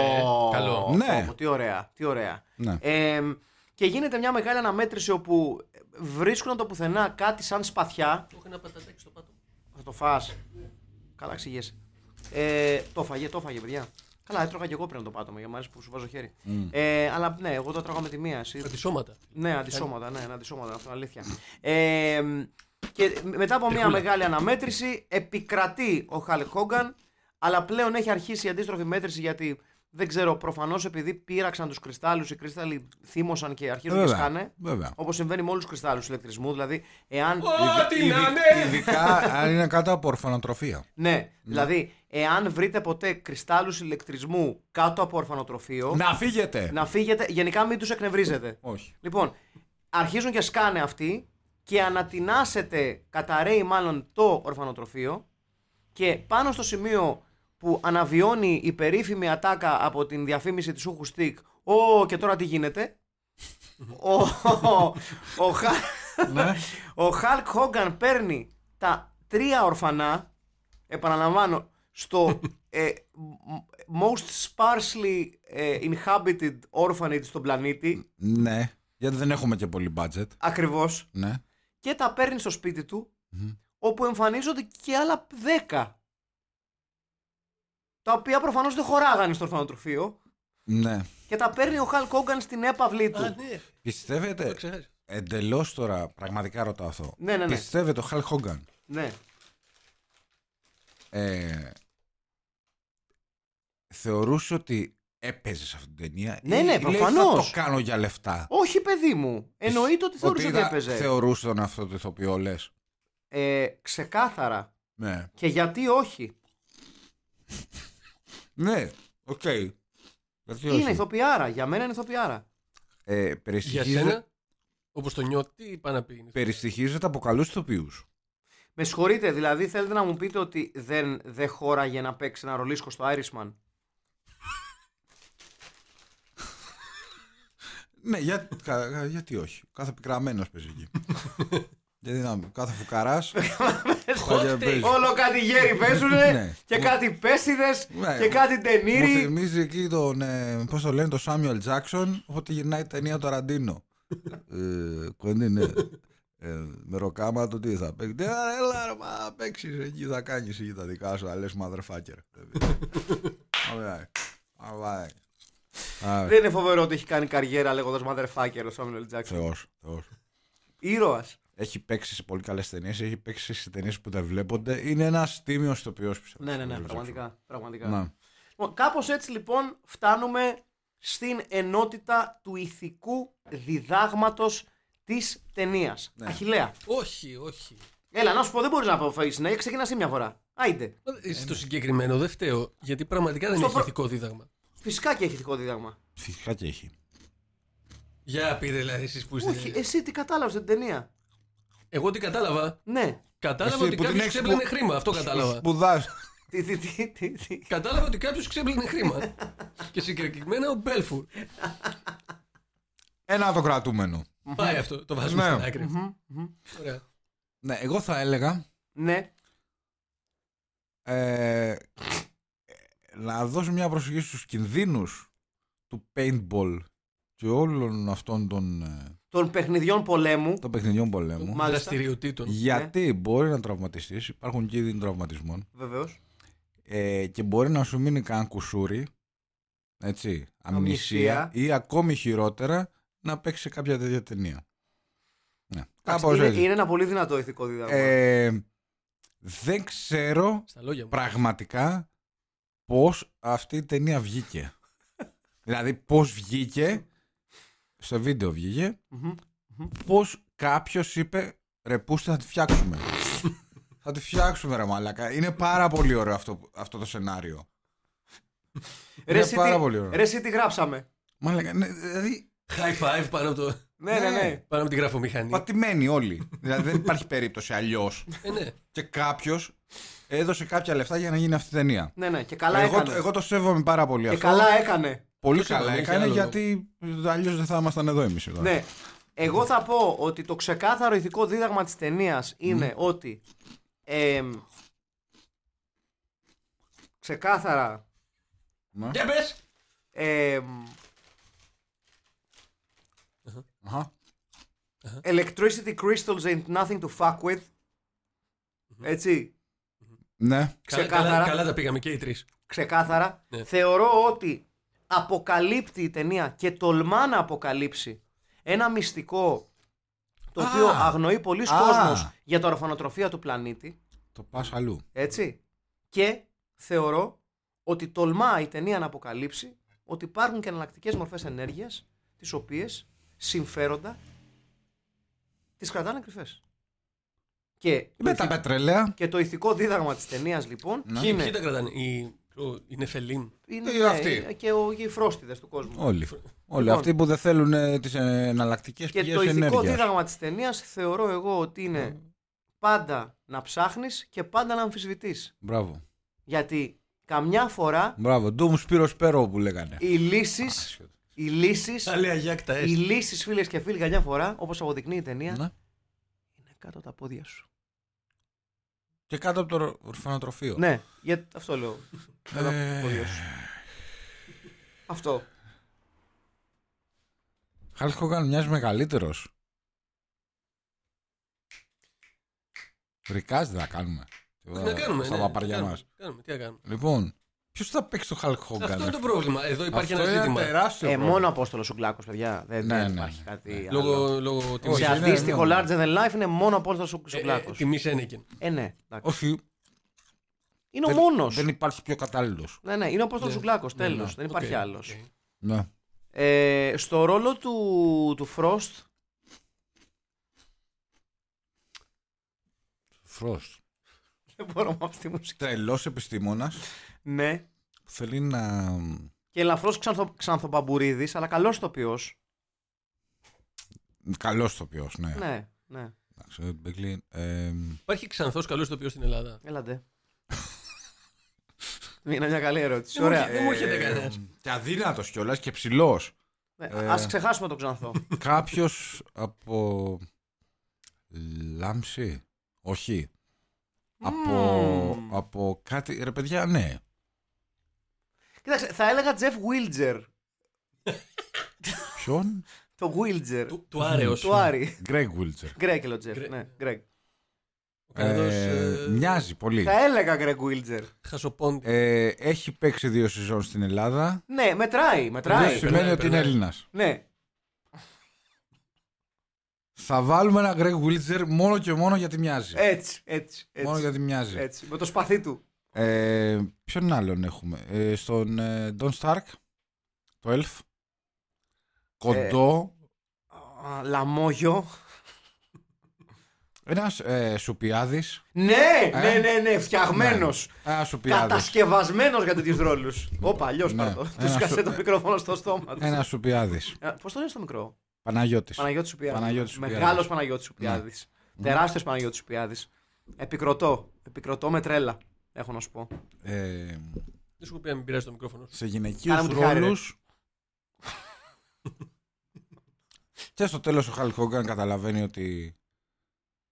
Speaker 5: καλό.
Speaker 3: πω,
Speaker 4: Ναι.
Speaker 3: πω, τι ωραία, τι ωραία.
Speaker 4: Ναι.
Speaker 3: Ε, και γίνεται μια μεγάλη αναμέτρηση όπου βρίσκουν από το πουθενά κάτι σαν σπαθιά
Speaker 5: Έχω ένα πατατάκι στο πάτο.
Speaker 3: Θα το φας. Καλά, εξηγέσαι. Ε, το φαγε, το φαγε, παιδιά. Καλά, έτρωγα και εγώ πριν το πάτωμα, για μ' αρέσει που σου βάζω χέρι. Ε, αλλά ναι, εγώ το τρώγα με τη μία. Εσύ...
Speaker 5: Αντισώματα.
Speaker 4: Ε,
Speaker 3: Ναι, αντισώματα, ναι, ναι, αντισώματα, αυτό είναι αλήθεια. Ε, και μετά
Speaker 4: Ε,
Speaker 3: από μια μεγάλη αναμέτρηση, επικρατεί ο Χαλ Χόγκαν, αλλά πλέον έχει αρχίσει η αντίστροφη μέτρηση γιατί δεν ξέρω, προφανώς επειδή πήραξαν τους κρυστάλλους, οι κρύσταλλοι θύμωσαν και αρχίζουν και
Speaker 4: Βέβαια,
Speaker 3: σκάνε.
Speaker 4: βέβαια.
Speaker 3: Όπως συμβαίνει με όλους τους κρυστάλλους ηλεκτρισμού, δηλαδή εάν.
Speaker 5: Ό,τι να
Speaker 4: Ειδι- Ειδικά αν είναι κάτω από ορφανοτροφία.
Speaker 3: Ναι, δηλαδή, εάν βρείτε ποτέ κρυστάλλους ηλεκτρισμού κάτω από ορφανοτροφείο,
Speaker 4: Να φύγετε!
Speaker 3: να φύγετε, γενικά μην τους εκνευρίζετε.
Speaker 4: Όχι.
Speaker 3: Λοιπόν, αρχίζουν και σκάνε αυτοί και ανατινάσετε, καταραίει μάλλον το ορφανοτροφείο και πάνω στο σημείο που αναβιώνει η περίφημη ατάκα από την διαφήμιση της Ούχου Στίκ «Ω, και τώρα τι γίνεται» ο, ο, ο, Χα-
Speaker 4: Ναι.
Speaker 3: ο Χαλκ Χόγκαν παίρνει τα τρία ορφανά, επαναλαμβάνω, στο ε, m- most sparsely ε, inhabited orphanage στον πλανήτη,
Speaker 4: Ναι. Γιατί δεν έχουμε και πολύ budget.
Speaker 3: ακριβώς,
Speaker 4: Ναι.
Speaker 3: και τα παίρνει στο σπίτι του, όπου εμφανίζονται και άλλα δέκα. Τα οποία προφανώς δεν χωράγανε στο ορφανοτροφείο
Speaker 4: Ναι.
Speaker 3: και τα παίρνει ο Χαλ Κόγκαν στην έπαυλή του.
Speaker 5: Α, ναι.
Speaker 4: Πιστεύετε.
Speaker 5: Το ξεχάρισα.
Speaker 4: Εντελώς τώρα, πραγματικά ρωτάω αυτό.
Speaker 3: Ναι, ναι, ναι.
Speaker 4: Πιστεύετε ο Χαλ Χόγκαν
Speaker 3: ναι.
Speaker 4: ε, θεωρούσε ότι έπαιζε σε αυτή την ταινία.
Speaker 3: Ναι,
Speaker 4: ή
Speaker 3: ναι,
Speaker 4: λέει,
Speaker 3: προφανώς.
Speaker 4: Θα το κάνω για λεφτά.
Speaker 3: Όχι, παιδί μου. Εννοείται ότι θεωρούσε ότι
Speaker 4: είδα-
Speaker 3: έπαιζε.
Speaker 4: Θεωρούσε τον αυτό το ηθοποιό, λες.
Speaker 3: Ε, ξεκάθαρα.
Speaker 4: Ναι.
Speaker 3: Και γιατί όχι.
Speaker 4: Ναι, οκ. Γιατί όχι.
Speaker 3: Είναι ηθοποιάρα. Για μένα είναι ηθοποιάρα.
Speaker 4: Ε,
Speaker 5: Για
Speaker 4: περιστοιχίζεται-
Speaker 5: σένα, όπως το νιώθει, τι πάει να πει. είναι.
Speaker 4: περιστοιχίζεται από καλούς ηθοποιούς.
Speaker 3: Με συγχωρείτε, δηλαδή θέλετε να μου πείτε ότι δεν, δεν χώραγε να παίξει ένα ρολίσκο στο Irishman.
Speaker 4: Ναι, για, κα- γιατί όχι. Κάθε πικραμένος παίζει εκεί. γιατί να κάθε φουκαράς.
Speaker 3: Όλο κάτι γέρι παίζουνε
Speaker 4: Ναι.
Speaker 3: και κάτι πέστιδες
Speaker 4: Ναι.
Speaker 3: και κάτι
Speaker 4: Μου
Speaker 3: τενίρι.
Speaker 4: θυμίζει εκεί τον. Ε, Πώς το λένε, τον Σάμιουελ Τζάξον, όποτε γυρνάει η ταινία του Αραντίνο. ε, Κοντή, ναι. Ε, με ροκάμα του τι θα παίξει. Ε, Έλα, ρε, μα να παίξεις εκεί, θα κάνεις εκεί τα δικά σου. Αλλά λες, motherfucker. Ωραία. Ωραία. Α,
Speaker 3: Δεν είναι φοβερό ότι έχει κάνει καριέρα λέγοντας motherfucker ο Σάμιλ Τζάξον.
Speaker 4: Θεός, θεός.
Speaker 3: Ήρωας.
Speaker 4: Έχει παίξει σε πολύ καλές ταινίες, έχει παίξει σε ταινίες που δεν βλέπονται. Είναι ένα τίμιο ηθοποιό πιστεύω.
Speaker 3: Ναι, ναι, ναι,
Speaker 4: Will Jackson.
Speaker 3: πραγματικά. πραγματικά.
Speaker 4: Ναι.
Speaker 3: Λοιπόν, κάπως έτσι λοιπόν φτάνουμε στην ενότητα του ηθικού διδάγματος της ταινίας.
Speaker 4: Ναι.
Speaker 3: Αχιλέα.
Speaker 5: Όχι, όχι.
Speaker 3: Έλα, να σου πω, δεν μπορείς να αποφαγείς ναι, ξεκινάς εσύ μια φορά. Άιντε.
Speaker 5: Ε, Στο συγκεκριμένο δεν φταίω. Γιατί πραγματικά δεν
Speaker 3: Στο
Speaker 5: έχει
Speaker 3: προ-
Speaker 5: ηθικό δίδαγμα.
Speaker 3: Φυσικά και έχει ηθικό δίδαγμα.
Speaker 4: Φυσικά και έχει.
Speaker 5: Για πείτε δηλαδή εσείς που είστε.
Speaker 3: Όχι, εσύ τι κατάλαβες την ταινία.
Speaker 5: Εγώ τι κατάλαβα.
Speaker 3: Ναι.
Speaker 5: Κατάλαβα
Speaker 4: Εσύ
Speaker 5: ότι
Speaker 4: που την
Speaker 5: κάποιος
Speaker 4: έχεις
Speaker 5: ξέπλαινε
Speaker 4: που-
Speaker 5: χρήμα. Αυτό κατάλαβα.
Speaker 4: Σπουδάζει.
Speaker 3: Τι, τι, τι, τι, τι.
Speaker 5: Κατάλαβα ότι κάποιος ξέπλαινε χρήμα. και συγκεκριμένα ο Μπέλφουρ.
Speaker 4: Ένα το κρατούμενο.
Speaker 5: Πάει αυτό. Το βάζουμε
Speaker 4: Ναι.
Speaker 5: στην άκρη. Ωραία.
Speaker 4: Ναι, εγώ θα έλεγα
Speaker 3: Ναι.
Speaker 4: ε, να δώσω μια προσοχή στους κινδύνους του paintball και όλων αυτών των, ε,
Speaker 3: Των παιχνιδιών πολέμου.
Speaker 4: των παιχνιδιών πολέμου.
Speaker 3: Μάλιστα.
Speaker 5: Δραστηριοτήτων.
Speaker 4: Γιατί
Speaker 3: ναι.
Speaker 4: μπορεί να τραυματιστείς, υπάρχουν κίνδυνοι τραυματισμών
Speaker 3: Βεβαίως.
Speaker 4: ε, και μπορεί να σου μείνει καν κουσούρι, έτσι, αμνησία,
Speaker 3: Αμνησία.
Speaker 4: ή ακόμη χειρότερα να παίξει σε κάποια τέτοια ταινία. Ναι,
Speaker 3: Εντάξει,
Speaker 4: κάπως
Speaker 3: Είναι,
Speaker 4: έτσι.
Speaker 3: είναι ένα πολύ δυνατό ηθικό δίδαγμα.
Speaker 4: Ε, δεν ξέρω
Speaker 5: Στα λόγια μου.
Speaker 4: πραγματικά πώς αυτή η ταινία βγήκε. δηλαδή πώς βγήκε, σε βίντεο βγήκε,
Speaker 3: Μμμ.
Speaker 4: πώς κάποιος είπε ρε πούστε θα τη φτιάξουμε. θα τη φτιάξουμε ρε μαλάκα. Είναι πάρα πολύ ωραίο αυτό, αυτό το σενάριο.
Speaker 3: Ρε,
Speaker 4: είναι
Speaker 3: εσύ
Speaker 4: πάρα
Speaker 3: τι-
Speaker 4: πολύ ωραίο.
Speaker 3: Ρε, εσύ τι γράψαμε.
Speaker 4: Μαλάκα, ναι, δηλαδή
Speaker 5: High five πάνω από, το...
Speaker 3: Ναι, ναι, ναι.
Speaker 5: πάνω από την γραφομηχανή.
Speaker 4: πατημένοι όλοι. δηλαδή δεν υπάρχει περίπτωση αλλιώς.
Speaker 5: ε, ναι.
Speaker 4: και κάποιος έδωσε κάποια λεφτά για να γίνει αυτή η ταινία.
Speaker 3: Ναι, ναι, και καλά
Speaker 4: Ε, εγώ,
Speaker 3: έκανε.
Speaker 4: το- εγώ το σέβομαι πάρα πολύ
Speaker 3: Και
Speaker 4: αυτό.
Speaker 3: καλά έκανε.
Speaker 4: Πολύ
Speaker 5: Το σέβομαι,
Speaker 4: καλά
Speaker 5: έχει
Speaker 4: έκανε
Speaker 5: άλλο
Speaker 4: γιατί αλλιώς δεν θα ήμασταν εδώ εμείς.
Speaker 3: Ναι. Εγώ θα πω ότι το ξεκάθαρο ηθικό δίδαγμα της ταινίας είναι ότι εμ, ξεκάθαρα
Speaker 4: Ναι.
Speaker 5: Για πες.
Speaker 4: Ε.
Speaker 3: εμ, electricity crystals ain't nothing to fuck with. Έτσι,
Speaker 4: Ναι.
Speaker 5: Καλά,
Speaker 3: Ξεκάθαρα.
Speaker 5: καλά, καλά τα πήγαμε και οι τρεις.
Speaker 3: ξεκάθαρα.
Speaker 5: Ναι.
Speaker 3: Θεωρώ ότι αποκαλύπτει η ταινία και τολμά να αποκαλύψει ένα μυστικό το οποίο
Speaker 4: Α.
Speaker 3: αγνοεί πολλοί
Speaker 4: Α.
Speaker 3: κόσμος για τα ορφανοτροφία του πλανήτη.
Speaker 4: Το πας αλλού.
Speaker 3: Έτσι. Και θεωρώ ότι τολμά η ταινία να αποκαλύψει ότι υπάρχουν και εναλλακτικές μορφές ενέργειας, τις οποίες συμφέροντα τις κρατάνε κρυφές. Και, το
Speaker 4: Με τα
Speaker 3: ηθι-
Speaker 4: πετρελαία.
Speaker 3: και το ηθικό δίδαγμα της ταινίας λοιπόν
Speaker 4: Ναι.
Speaker 5: Ποιοι,
Speaker 3: είναι.
Speaker 5: ποιοι τα κρατάνε. Οι, ο- οι Νεφελίμ.
Speaker 3: είναι
Speaker 4: Ε,
Speaker 3: ναι,
Speaker 4: αυτοί.
Speaker 3: και ο γεφρόστιδε του κόσμου.
Speaker 4: Όλοι. Όλοι
Speaker 3: Λοιπόν.
Speaker 4: αυτοί που δεν θέλουν ε, τις εναλλακτικές
Speaker 3: Και
Speaker 4: πηγές
Speaker 3: το ηθικό
Speaker 4: ενέργειας.
Speaker 3: δίδαγμα της ταινίας θεωρώ εγώ ότι
Speaker 4: Ναι.
Speaker 3: είναι πάντα να ψάχνεις και πάντα να αμφισβητείς.
Speaker 4: Μπράβο.
Speaker 3: Γιατί καμιά φορά
Speaker 4: Μπράβο. Ντούμ Σπύρος Σπέρο που λέγανε.
Speaker 3: οι λύσεις. Οι λύσεις
Speaker 5: Τα λέει αγιάκτα
Speaker 3: Οι
Speaker 5: έτσι.
Speaker 3: λύσεις, φίλες και φίλοι, καμιά φορά, όπως αποδεικνύει η ταινία,
Speaker 4: Ναι.
Speaker 3: είναι κάτω από τα πόδια σου.
Speaker 4: Και κάτω από το ορφανοτροφείο.
Speaker 3: Ναι, για... αυτό λέω. κάτω από τα
Speaker 4: Ε.
Speaker 3: πόδια σου. Αυτό.
Speaker 4: Χάλ Χόγκαν μοιάζεις μεγαλύτερος. Ρικάζ δεν θα κάνουμε.
Speaker 5: Τι να κάνουμε.
Speaker 4: Στα
Speaker 5: ναι.
Speaker 4: παπάρια
Speaker 5: Κάνουμε,
Speaker 4: μας.
Speaker 5: κάνουμε, Τι να κάνουμε.
Speaker 4: Λοιπόν, ποιος θα παίξει το Χάλκ Χόγκαν. ε?
Speaker 5: Αυτό είναι το πρόβλημα. Εδώ υπάρχει
Speaker 4: Αυτό
Speaker 5: ένα
Speaker 4: είναι
Speaker 5: ζήτημα.
Speaker 4: τεράστιο
Speaker 3: Ε,
Speaker 4: πρόβλημα.
Speaker 3: μόνο Απόστολος Σουγκλάκο, παιδιά. Δεν,
Speaker 4: Ναι,
Speaker 3: δεν
Speaker 4: ναι,
Speaker 3: υπάρχει
Speaker 4: ναι.
Speaker 3: κάτι. άλλο.
Speaker 5: Λόγω, λόγω τιμής.
Speaker 4: Όχι,
Speaker 3: Σε
Speaker 4: είναι-
Speaker 3: αντίστοιχο
Speaker 4: ναι, ναι.
Speaker 3: larger than life είναι μόνο Απόστολος
Speaker 5: Ε, ε,
Speaker 3: Σουγκλάκο.
Speaker 5: τιμής Ένεκεν.
Speaker 3: Ε, ναι. εντάξει.
Speaker 4: Όχι,
Speaker 3: Είναι ο
Speaker 4: δεν-
Speaker 3: μόνος.
Speaker 4: Δεν υπάρχει πιο κατάλληλος.
Speaker 3: Ναι, ναι, είναι ο Απόστολος
Speaker 5: Ναι.
Speaker 3: Σουγκλάκο. Τέλος.
Speaker 4: ναι.
Speaker 3: Δεν υπάρχει
Speaker 5: Οκ,
Speaker 3: άλλο.
Speaker 5: οκ.
Speaker 4: Ναι.
Speaker 3: Ε, στο ρόλο του, του Frost.
Speaker 4: Φρόστ.
Speaker 3: Δεν μπορώ με αυτή τη μουσική.
Speaker 4: Τρελός επιστήμονας
Speaker 3: Ναι.
Speaker 4: που θέλει να.
Speaker 3: Και ελαφρώς ξανθο, ξανθοπαμπουρίδης, αλλά καλός τοπίο.
Speaker 4: Καλός το ποιο, ναι.
Speaker 3: Ναι, ναι.
Speaker 4: Εντάξει, ο Μπέγκλιν, ε,
Speaker 5: Υπάρχει ξανθός καλός τοπιός στην Ελλάδα.
Speaker 3: Έλατε. Είναι μια καλή ερώτηση.
Speaker 5: Δεν μου
Speaker 3: Ωραία.
Speaker 5: έρχεται- δεν μου έρχεται κανένας.
Speaker 4: και αδύνατος κιόλας και ψηλός.
Speaker 3: Α Ε, ξεχάσουμε τον Ξανθό.
Speaker 4: Κάποιος από. Λάμψη. Όχι. Από, από κάτι. Ρε παιδιά, ναι.
Speaker 3: Κοίταξε, θα έλεγα Τζεφ Βίλτζερ.
Speaker 4: Ποιον?
Speaker 3: Το Βίλτζερ.
Speaker 5: Του, του Άρεος.
Speaker 3: Ναι. Του Άρη.
Speaker 4: Γκρέγκ Βίλτσερ.
Speaker 3: Γκρέκ, λέω Τζεφ.
Speaker 5: Γκρέκ.
Speaker 3: Ναι, Γκρέκ.
Speaker 5: Ο Καναδός
Speaker 4: Ε, μοιάζει πολύ.
Speaker 3: Θα έλεγα Greg Wiltshire.
Speaker 5: Χασοπόντι.
Speaker 4: Ε, έχει παίξει δύο σεζόν στην Ελλάδα.
Speaker 3: Ναι, μετράει,
Speaker 4: Δεν
Speaker 3: μετράει.
Speaker 5: Δύο
Speaker 4: σημαίνει
Speaker 5: περνάει,
Speaker 4: ότι είναι
Speaker 5: περνάει.
Speaker 4: Έλληνας.
Speaker 3: Ναι.
Speaker 4: Θα βάλουμε ένα Greg Wiltshire μόνο και μόνο γιατί μοιάζει.
Speaker 3: Έτσι, έτσι,
Speaker 4: μόνο
Speaker 3: Ε, έτσι. Ε,
Speaker 4: γιατί μοιάζει.
Speaker 3: έτσι. Με το σπαθί του.
Speaker 4: Ε, ποιον άλλον έχουμε. Ε, στον ε, Don Stark, το Elf. Κοντό.
Speaker 3: Α, Λαμόγιο.
Speaker 4: Ένας ε, σουπιάδης.
Speaker 3: Ναι,
Speaker 4: Ε.
Speaker 3: ναι, ναι, ναι, φτιαγμένος.
Speaker 4: Ένα σουπιάδης.
Speaker 3: Κατασκευασμένος για τέτοιους ρόλους. Ωπα, αλλιώς
Speaker 4: Ναι.
Speaker 3: πάρτο. Του
Speaker 4: Ένα
Speaker 3: σκάσε
Speaker 4: σου-
Speaker 3: το
Speaker 4: ε.
Speaker 3: μικρόφωνο στο στόμα τους.
Speaker 4: Ένας σουπιάδης.
Speaker 3: Πώ το λένε στο μικρό,
Speaker 4: Παναγιώτης.
Speaker 3: Παναγιώτης Σουπιάδης.
Speaker 4: Παναγιώτης Σουπιάδης. Ναι.
Speaker 3: Μεγάλος Παναγιώτης Σουπιάδης. Τεράστιος Παναγιώτης Σουπιάδης. Επικροτώ. Επικροτώ με τρέλα, έχω να σου πω.
Speaker 4: Ε,
Speaker 5: Δεν σου έχω πει να μην πειράζει το μικρόφωνο.
Speaker 4: σε
Speaker 3: Κάνε
Speaker 4: γυναικείου
Speaker 3: μου τη χάρη, ρε.
Speaker 4: ρόλους. και στο τέλος ο Χαλ Χόγκαν καταλαβαίνει ότι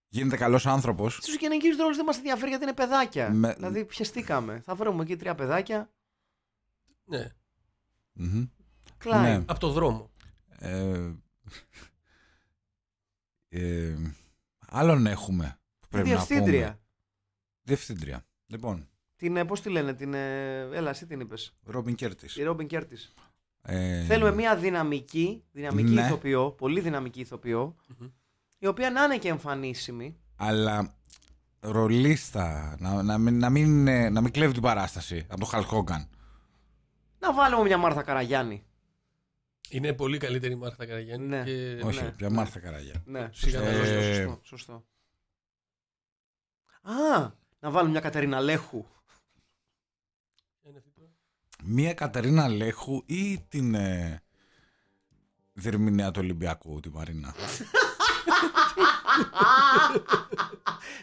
Speaker 4: γίνεται καλός άνθρωπος.
Speaker 3: Στους γενικού ρόλου δεν μας ενδιαφέρει γιατί είναι παιδάκια.
Speaker 4: Με-
Speaker 3: Δηλαδή, πιεστήκαμε. Θα βρούμε εκεί τρία παιδάκια.
Speaker 5: Ναι,
Speaker 3: Κλάιν.
Speaker 4: Ναι.
Speaker 5: από το δρόμο.
Speaker 4: Ε, ε, άλλον έχουμε. που
Speaker 3: Η
Speaker 4: Πρέπει Να πούμε.
Speaker 3: διευθύντρια.
Speaker 4: Διευθύντρια. Λοιπόν,
Speaker 3: Την, πώς τη λένε, την. ε, Έλα, εσύ την είπες.
Speaker 4: Ρόμπιν Κέρτης.
Speaker 3: Η Ρόμπιν Κέρτης. Θέλουμε μια δυναμική, δυναμική
Speaker 4: Ε, Ναι.
Speaker 3: ηθοποιό, πολύ δυναμική ηθοποιό,
Speaker 5: Μμμ.
Speaker 3: η οποία να είναι και εμφανίσιμη.
Speaker 4: Αλλά ρολίστα. Να, να, μην, να, μην, είναι- να μην κλέβει την παράσταση από τον Χαλ Χόγκαν.
Speaker 3: Να βάλουμε μια Μάρθα Καραγιάννη.
Speaker 5: Είναι πολύ καλύτερη η Μάρθα Καραγιάννη.
Speaker 3: Ναι.
Speaker 5: Και...
Speaker 4: Όχι,
Speaker 3: ναι,
Speaker 4: πια
Speaker 3: ναι.
Speaker 4: Μάρθα Καραγιά.
Speaker 3: Ναι,
Speaker 5: Σιγά,
Speaker 3: σωστό,
Speaker 4: ε,
Speaker 3: σωστό, σωστό, σωστό. Α, να βάλουμε μια Κατερίνα Λέχου.
Speaker 5: Είναι αυτή τώρα.
Speaker 4: Μία Καταρίνα Λέχου ή την ε, διερμηνέα του Ολυμπιακού, την Μαρίνα.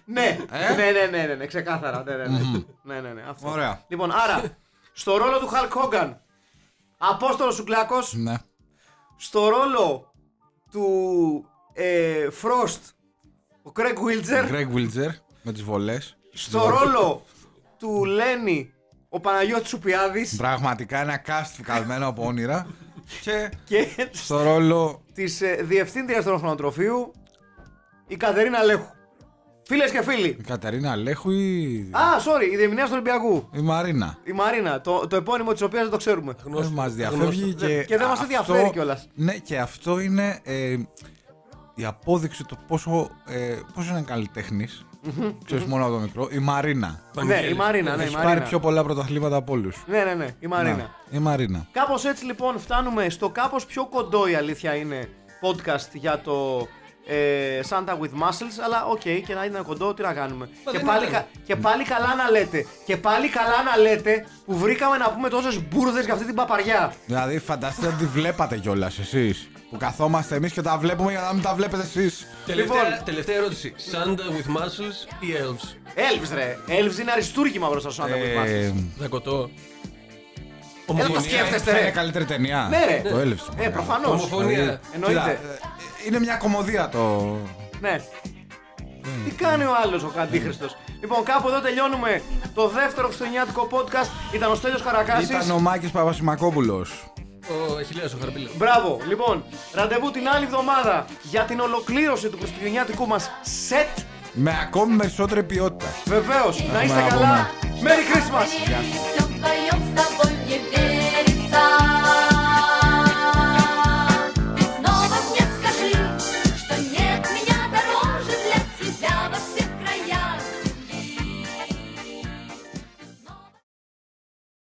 Speaker 3: Ναι,
Speaker 4: Ε?
Speaker 3: ναι, ναι, ναι, ναι, ναι, ξεκάθαρα. Ναι, ναι, ναι. ναι, ναι, ναι, αυτό.
Speaker 4: Ωραία.
Speaker 3: Λοιπόν, άρα, στο ρόλο του Χαλκ Χόγκαν, Απόστολος Σουκλάκος,
Speaker 4: ναι.
Speaker 3: στο ρόλο του ε, Frost, ο Κρέγκ Βίλτζερ.
Speaker 4: Γκρέγκ Βίλτζερ με τις βολές.
Speaker 3: Στο ρόλο του Λένι ο Παναγιώτης Σουπιάδης
Speaker 4: Πραγματικά ένα cast καλμένο από όνειρα. και
Speaker 3: και
Speaker 4: στο ρόλο.
Speaker 3: της ε, διευθύντριας του ορφανοτροφείου η Κατερίνα Λέχου. Φίλες και φίλοι.
Speaker 4: Η Καταρίνα Λέχου ή
Speaker 3: Α, sorry, η διερμηνέα του Ολυμπιακού.
Speaker 4: η Μαρίνα.
Speaker 3: Η Μαρίνα, το, το επώνυμο της οποίας δεν το ξέρουμε.
Speaker 4: Δεν μα διαφεύγει
Speaker 5: Γνώστο.
Speaker 4: και.
Speaker 3: Ναι, Και δεν μας
Speaker 4: αυτό-
Speaker 3: ενδιαφέρει κιόλας.
Speaker 4: Ναι, και αυτό είναι ε, η απόδειξη του πόσο, ε, πόσο είναι καλλιτέχνη. Ξέρει μόνο από το μικρό. Η Μαρίνα.
Speaker 3: Ναι, η
Speaker 5: Βαγγέλη.
Speaker 3: Μαρίνα, ναι, η
Speaker 4: Έχει πάρει
Speaker 3: Μαρίνα.
Speaker 4: πιο πολλά πρωταθλήματα από όλους.
Speaker 3: Ναι, ναι, ναι, η Μαρίνα.
Speaker 4: Η Μαρίνα.
Speaker 3: Κάπως έτσι λοιπόν φτάνουμε στο κάπως πιο κοντό η αλήθεια είναι podcast για το ε, Santa with Muscles αλλά οκ και να είναι κοντό τι να κάνουμε και
Speaker 5: δεν
Speaker 3: πάλι,
Speaker 5: ήταν.
Speaker 3: κα- και πάλι καλά να λέτε και πάλι καλά να λέτε που βρήκαμε να πούμε τόσες μπουρδες για αυτή την παπαριά
Speaker 4: Δηλαδή, φανταστείτε ότι τη βλέπατε κιόλας εσείς. Που καθόμαστε εμείς και τα βλέπουμε για να μην τα βλέπετε εσείς.
Speaker 5: Τελευταία,
Speaker 3: Λοιπόν.
Speaker 5: τελευταία ερώτηση. Santa with muscles ή elves.
Speaker 3: Elves ρε, Elves είναι αριστούργημα μπροστά στο Santa
Speaker 4: Ε,
Speaker 3: with Muscles
Speaker 5: Δακοτό.
Speaker 3: Έλα το
Speaker 5: Ομοφωνία.
Speaker 3: σκέφτεστε
Speaker 4: Θα είναι
Speaker 3: ρε
Speaker 4: καλύτερη ταινία.
Speaker 3: Ναι, ρε.
Speaker 4: Το έλευσε.
Speaker 3: Ε,
Speaker 4: μεγάλο.
Speaker 3: προφανώς
Speaker 5: Ομοφωνία.
Speaker 3: Εννοείται.
Speaker 4: Κοίτα, ε, Είναι μια κομμωδία το.
Speaker 5: ε,
Speaker 3: Ναι. Τι κάνει ο άλλος ο Αντίχριστος. Λοιπόν, κάπου εδώ τελειώνουμε το δεύτερο χριστουγεννιάτικο podcast. Ήταν ο Στέλιος Καρακάσης.
Speaker 4: Ήταν ο Μάκης Παπασημακόπουλος.
Speaker 5: Ο Αχιλέας ο Χαρπίλας.
Speaker 3: Μπράβο. Λοιπόν, ραντεβού την άλλη εβδομάδα για την ολοκλήρωση του χριστουγεννιάτικου μας σετ.
Speaker 4: Με ακόμη περισσότερη ποιότητα.
Speaker 3: Βεβαίως, να είστε
Speaker 4: Μπράβο,
Speaker 3: καλά. Merry Christmas.
Speaker 7: Merry Christmas.